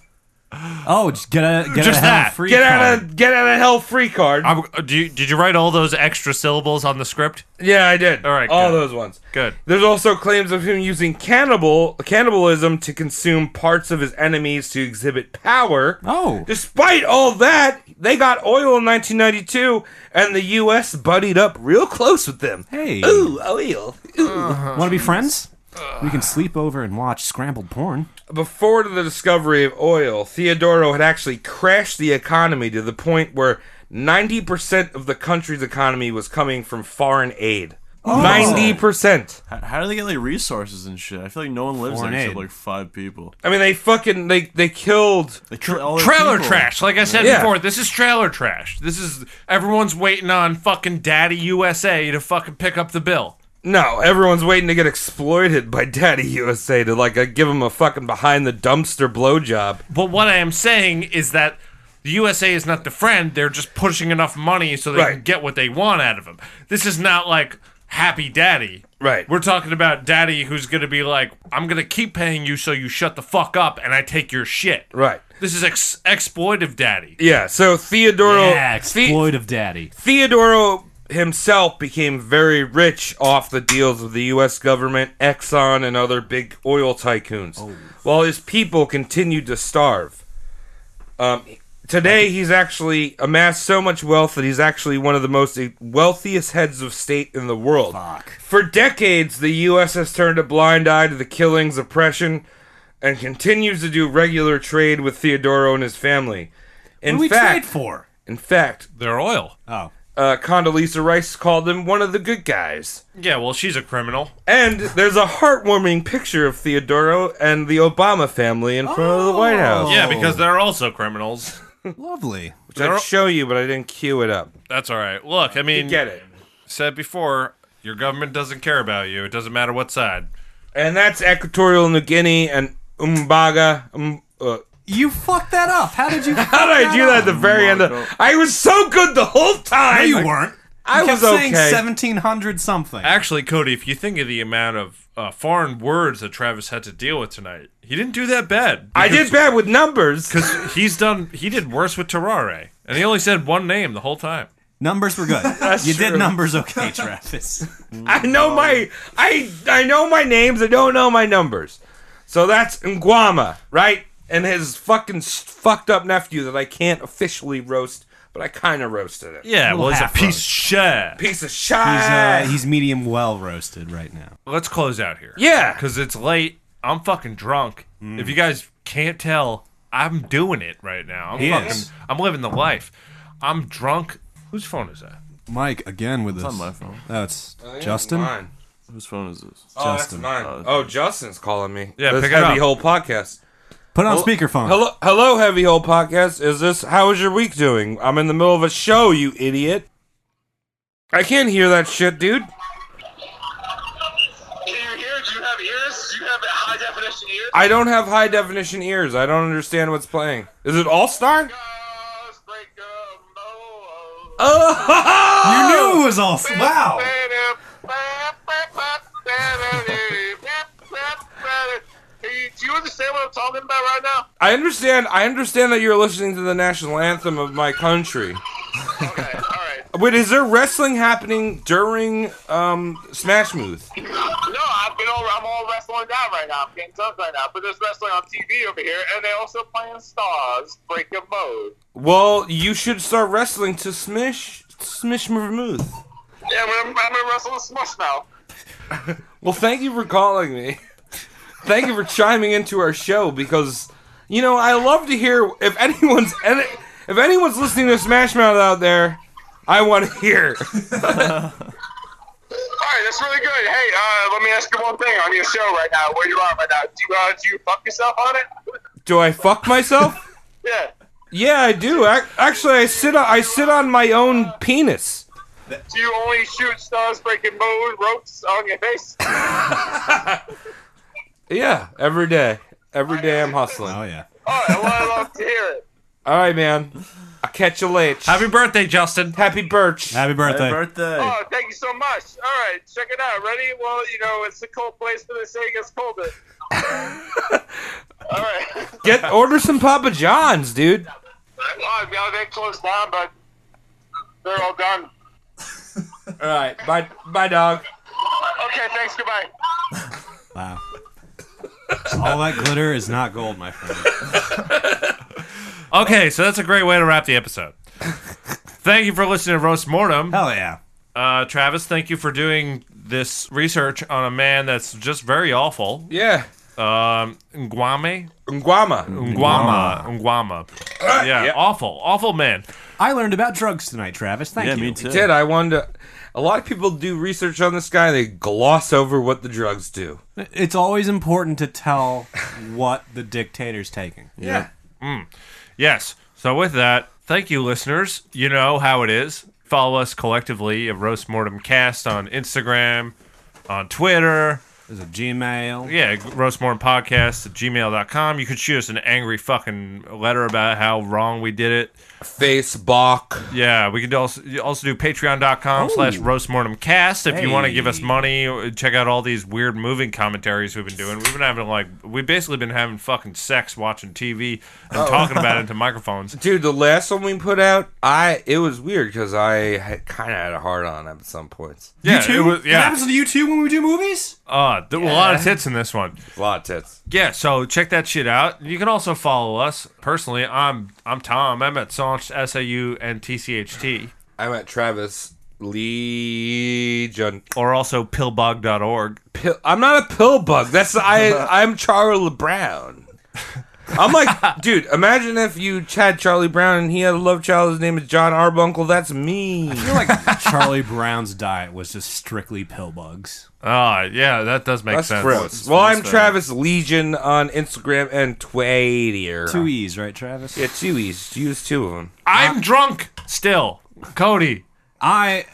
H: Oh, just get a get
A: Just
H: a hell
A: that.
H: free
B: Get out
H: card.
B: of get out of hell free card.
A: I, uh, do you, did you write all those extra syllables on the script?
B: yeah, I did.
A: All right,
B: all
A: good.
B: those ones.
A: Good.
B: There's also claims of him using cannibal cannibalism to consume parts of his enemies to exhibit power.
H: Oh.
B: Despite all that, they got oil in 1992, and the U.S. buddied up real close with them.
H: Hey.
B: Ooh, oil.
H: Want to be friends?
B: Uh.
H: We can sleep over and watch scrambled porn.
B: Before the discovery of oil, Theodoro had actually crashed the economy to the point where 90% of the country's economy was coming from foreign aid. 90%.
I: How, how do they get like resources and shit? I feel like no one lives there
H: Foreign
I: except
H: aid.
I: like five people.
B: I mean, they fucking they they killed
I: They kill all their
A: trailer
I: people.
A: trash. Like I said
B: Yeah.
A: before, this is trailer trash. This is everyone's waiting on fucking Daddy USA to fucking pick up the bill.
B: No, everyone's waiting to get exploited by Daddy USA to like uh, give him a fucking behind the dumpster blowjob.
A: But what I am saying is that the USA is not the friend. They're just pushing enough money so they can
B: Right.
A: get what they want out of him. This is not like Happy Daddy.
B: Right.
A: We're talking about Daddy who's going to be like, I'm going to keep paying you so you shut the fuck up and I take your shit.
B: Right.
A: This is ex- exploitive Daddy.
B: Yeah. So Theodoro,
H: yeah,
B: The-
H: exploitive daddy.
B: Theodoro himself became very rich off the deals with the U.S. government, Exxon, and other big oil tycoons,
H: Oh.
B: while his people continued to starve. Um, today, he's actually amassed so much wealth that he's actually one of the most e-, wealthiest heads of state in the world. For decades, the U.S. has turned a blind eye to the killings, oppression, and continues to do regular trade with Theodoro and his family. In
H: What do we trade
B: fact,
H: for?
B: in fact,
A: They're oil.
H: Oh,
B: uh, Condoleezza Rice called him one of the good guys.
A: Yeah, well, she's a criminal.
B: And there's a heartwarming picture of Theodoro and the Obama family in front of the White House,
A: Yeah, because they're also criminals.
H: lovely.
B: which I'd show you, but I didn't cue it up.
A: That's all right. Look, I mean,
B: You get it.
A: said before, your government doesn't care about you. It doesn't matter what side.
B: And that's Equatorial New Guinea and Umbaga. Um, uh,
H: You fucked that (laughs) up. How did you?
B: how did I do that at the very end? Of, I was so good the whole time.
H: No, you weren't.
B: I
H: kept
B: was
H: saying
B: okay.
H: 1700 something.
A: Actually, Cody, if you think of the amount of uh, foreign words that Travis had to deal with tonight, he didn't do that bad.
B: I did bad with numbers.
A: because he's done. He did worse with Terrare, and he only said one name the whole time.
H: Numbers were good. (laughs) you
B: true.
H: did numbers (laughs) okay, Travis.
B: (laughs) I know my I I know my names. I don't know my numbers. So that's Nguama, right? And his fucking s- fucked up nephew that I can't officially roast, but I kind of roasted it.
A: Yeah, well, he's a
H: half
A: piece
H: roast.
A: of shit.
B: Piece of shit.
H: He's, uh, he's medium well roasted right now.
A: Let's close out here.
B: yeah.
A: because it's late. I'm fucking drunk. If you guys can't tell, I'm doing it right now. I'm
H: He
A: fucking.
H: is.
A: I'm living the life. I'm drunk. Whose phone is that?
H: Mike again with this.
I: on my phone.
H: Oh, it's
B: Oh, yeah,
H: Justin.
B: Mine.
I: Whose phone is this?
B: Oh,
H: Justin.
B: that's
I: Oh,
B: mine.
I: that's
B: Oh, Justin's calling me.
A: Uh, Yeah,
B: this
A: pick it up.
B: heavy hole podcast.
H: Put it on speakerphone.
B: Hello, hello, heavy hole podcast. Is this? How is your week doing? I'm in the middle of a show, you idiot. I can't hear that shit, dude.
K: Can you hear? Do you have ears? Do you have high definition ears?
B: I don't have high definition ears. I don't understand what's playing. Is it All (laughs) Star?
K: Ghost break a mold.
B: Oh,
H: You knew it was all. Wow.
K: Hey, Do you understand what I'm talking about right now?
B: I understand. I understand that you're listening to the national anthem of my country.
K: Okay, all right.
B: Wait, is there wrestling happening during um Smashmouth?
K: No, I've been all I'm all wrestling down right now. I'm getting drunk right now, but there's wrestling on TV over here, and they're also playing Stars Break a Mode.
B: Well, you should start wrestling to Smish Smishmouth.
K: Yeah, I'm, gonna- I'm gonna wrestle with Smush now.
B: Well, thank you for calling me. (laughs) thank you for chiming into our show because you know I love to hear if anyone's (laughs) any- if anyone's listening to Smash Mouth out there, I want to hear.
K: All right, that's really good. Hey, uh, let me ask you one thing on your show right now, where you are right now. Do you, uh, do you fuck yourself on it?
B: Do I fuck myself?
K: Yeah.
B: (laughs) Yeah, I do. Ac actually, I sit on I sit on my own penis.
K: Do you only shoot stars breaking moon ropes on your face?
B: Yeah, every day. Every day I'm hustling.
H: Oh yeah.
K: Alright, well, I love to hear it.
B: All right, man. I'll catch you late.
A: Happy birthday, Justin.
B: Happy birch.
H: Happy birthday.
I: Happy birthday.
K: Oh, thank you so much. Alright, check it out. Ready? Well, you know, it's a cold place, but they say it gets colder. Alright.
B: Get order some Papa John's, dude.
K: Oh, yeah, they closed down, but they're all done.
B: All right, bye, bye, dog.
K: Okay, thanks, goodbye.
H: Wow. All that glitter is not gold, my friend.
A: Okay, so that's a great way to wrap the episode. thank you for listening to Roast Mortem.
H: Hell yeah.
A: Uh, Travis, thank you for doing this research on a man that's just very awful.
B: Yeah,
A: Um, Nguame?
B: Nguama.
A: Nguama. Nguama. Yeah,
B: yeah.
A: awful. Awful man.
H: I learned about drugs tonight, Travis. Thank
I: yeah,
H: you.
I: me too.
B: Did I wanted to? A lot of people do research on this guy. They gloss over what the drugs do.
H: It's always important to tell what the dictator's taking.
I: Yeah.
A: Yes. So with that, thank you, listeners. You know how it is. Follow us collectively at Roast Mortem Cast on Instagram, on Twitter.
H: There's a Gmail.
A: Yeah, roastmortempodcast at gmail.com. You could shoot us an angry fucking letter about how wrong we did it.
B: Face balk.
A: Yeah, we could also you also do patreon.com slash roastmortemcast if you want to give us
H: Hey.
A: money. or Check out all these weird moving commentaries we've been doing. We've been having like we've basically been having fucking sex watching TV and talking about it into microphones.
B: Dude, the last one we put out, I it was weird because I had, kind of had a hard on at some points.
A: Yeah,
H: you
A: it
H: two?
A: was- yeah.
H: What happens to you two when we do movies?
A: Uh, there were a lot of tits in this one.
B: A lot of tits.
A: Yeah, so check that shit out. You can also follow us personally. I'm I'm Tom. I'm at Saunch S A U N T C H T.
B: I'm at Travis Legion.
A: Or also pillbog.org.
B: Pill, I'm not a pill bug.
A: (laughs)
B: That's I. I'm Charlie Brown.
A: (laughs)
B: I'm like, dude. Imagine if you had Charlie Brown and he had a love child. His name is John Arbuncle. That's me.
H: I feel like Charlie Brown's diet was just strictly pill bugs.
A: Ah, yeah, that does make
B: That's
A: sense.
B: gross. Well, I'm Travis Legion on Instagram and Twitter.
A: E.
H: Two E's, right, Travis?
B: Yeah, two E's. Use two of them.
A: I'm drunk still. Cody.
H: I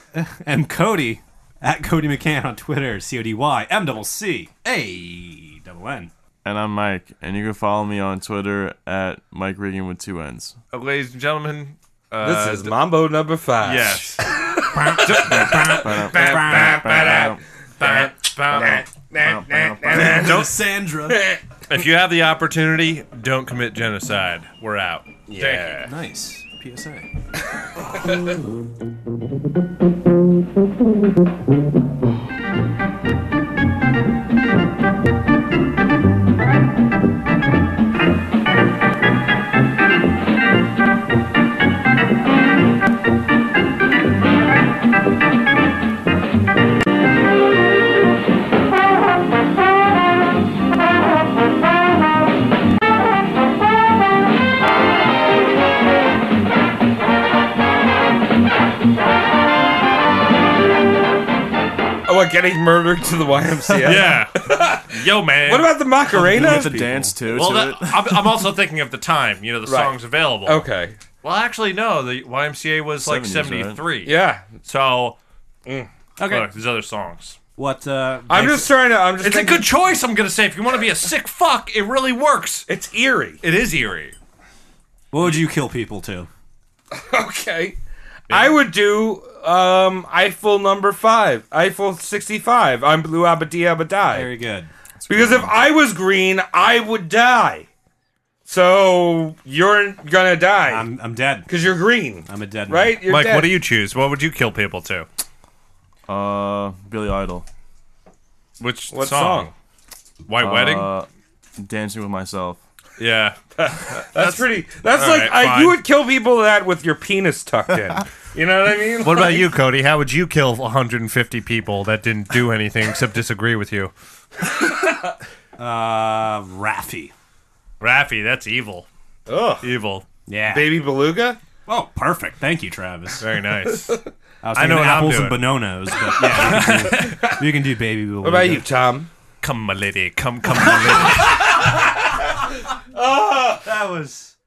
H: am Cody at Cody McCann on Twitter, C O D Y M double C A double N.
I: And I'm Mike, and you can follow me on Twitter at Mike Regan with two N's.
A: Uh, ladies and Oh, gentlemen,
B: (laughs) This is Mambo number five.
A: yes. Don't-
H: Sandra.
A: If you have the opportunity, don't commit genocide. We're out.
B: Yeah.
H: Nice. PSA.
B: Oh, what, getting murdered to the YMCA?
A: Yeah.
B: (laughs)
A: Yo, man.
B: What about the Macarena?
I: With the dance too.
A: Well,
I: to
A: that,
I: it.
A: I'm, I'm also thinking of the time. You know, the
B: Right.
A: songs available.
B: Okay.
A: Well, actually, no. The YMCA was like
I: 70s, right?
A: 73.
B: Yeah.
A: So,
H: Okay.
A: look, there's other songs.
H: What? Uh,
B: I'm
H: makes-
B: just trying to. I'm just.
A: It's a
B: thinking-
A: good choice, I'm going to say. If you want to be a sick fuck, it really works.
B: It's eerie.
A: It is eerie.
H: What would you kill people to?
B: Okay. I would do um Eiffel number five, Eiffel sixty-five. I'm blue abadi
H: Very
B: abadai.
H: good.
B: Because if I was green, I would die. So you're gonna die
H: I'm I'm dead.
B: because you're green,
H: I'm a dead man.
B: right? You're
A: Mike,
B: dead.
A: what do you choose? What would you kill people to?
I: Uh, Billy Idol.
A: Which
B: What song?
A: White Wedding?
I: Uh, Dancing with myself.
A: Yeah.
B: That's, pretty. That's
A: all
B: like
A: right,
B: I, you
A: fine.
B: would kill people that with your penis tucked in. you know what I mean?
A: What about you, Cody? How would you kill 150 people that didn't do anything except disagree with you?
H: Uh, Raffy.
A: Raffy, that's evil.
B: Ugh.
A: Evil.
H: Yeah.
B: Baby beluga.
H: Oh, perfect. Thank you, Travis.
A: Very nice.
B: (laughs)
H: I was
A: I
H: thinking
A: know what I'm
H: apples and
A: doing.
H: bananas, but yeah, you can do, (laughs) you can do baby.
B: What about you, Tom?
A: come, my lady. Come, come, my lady.
H: That was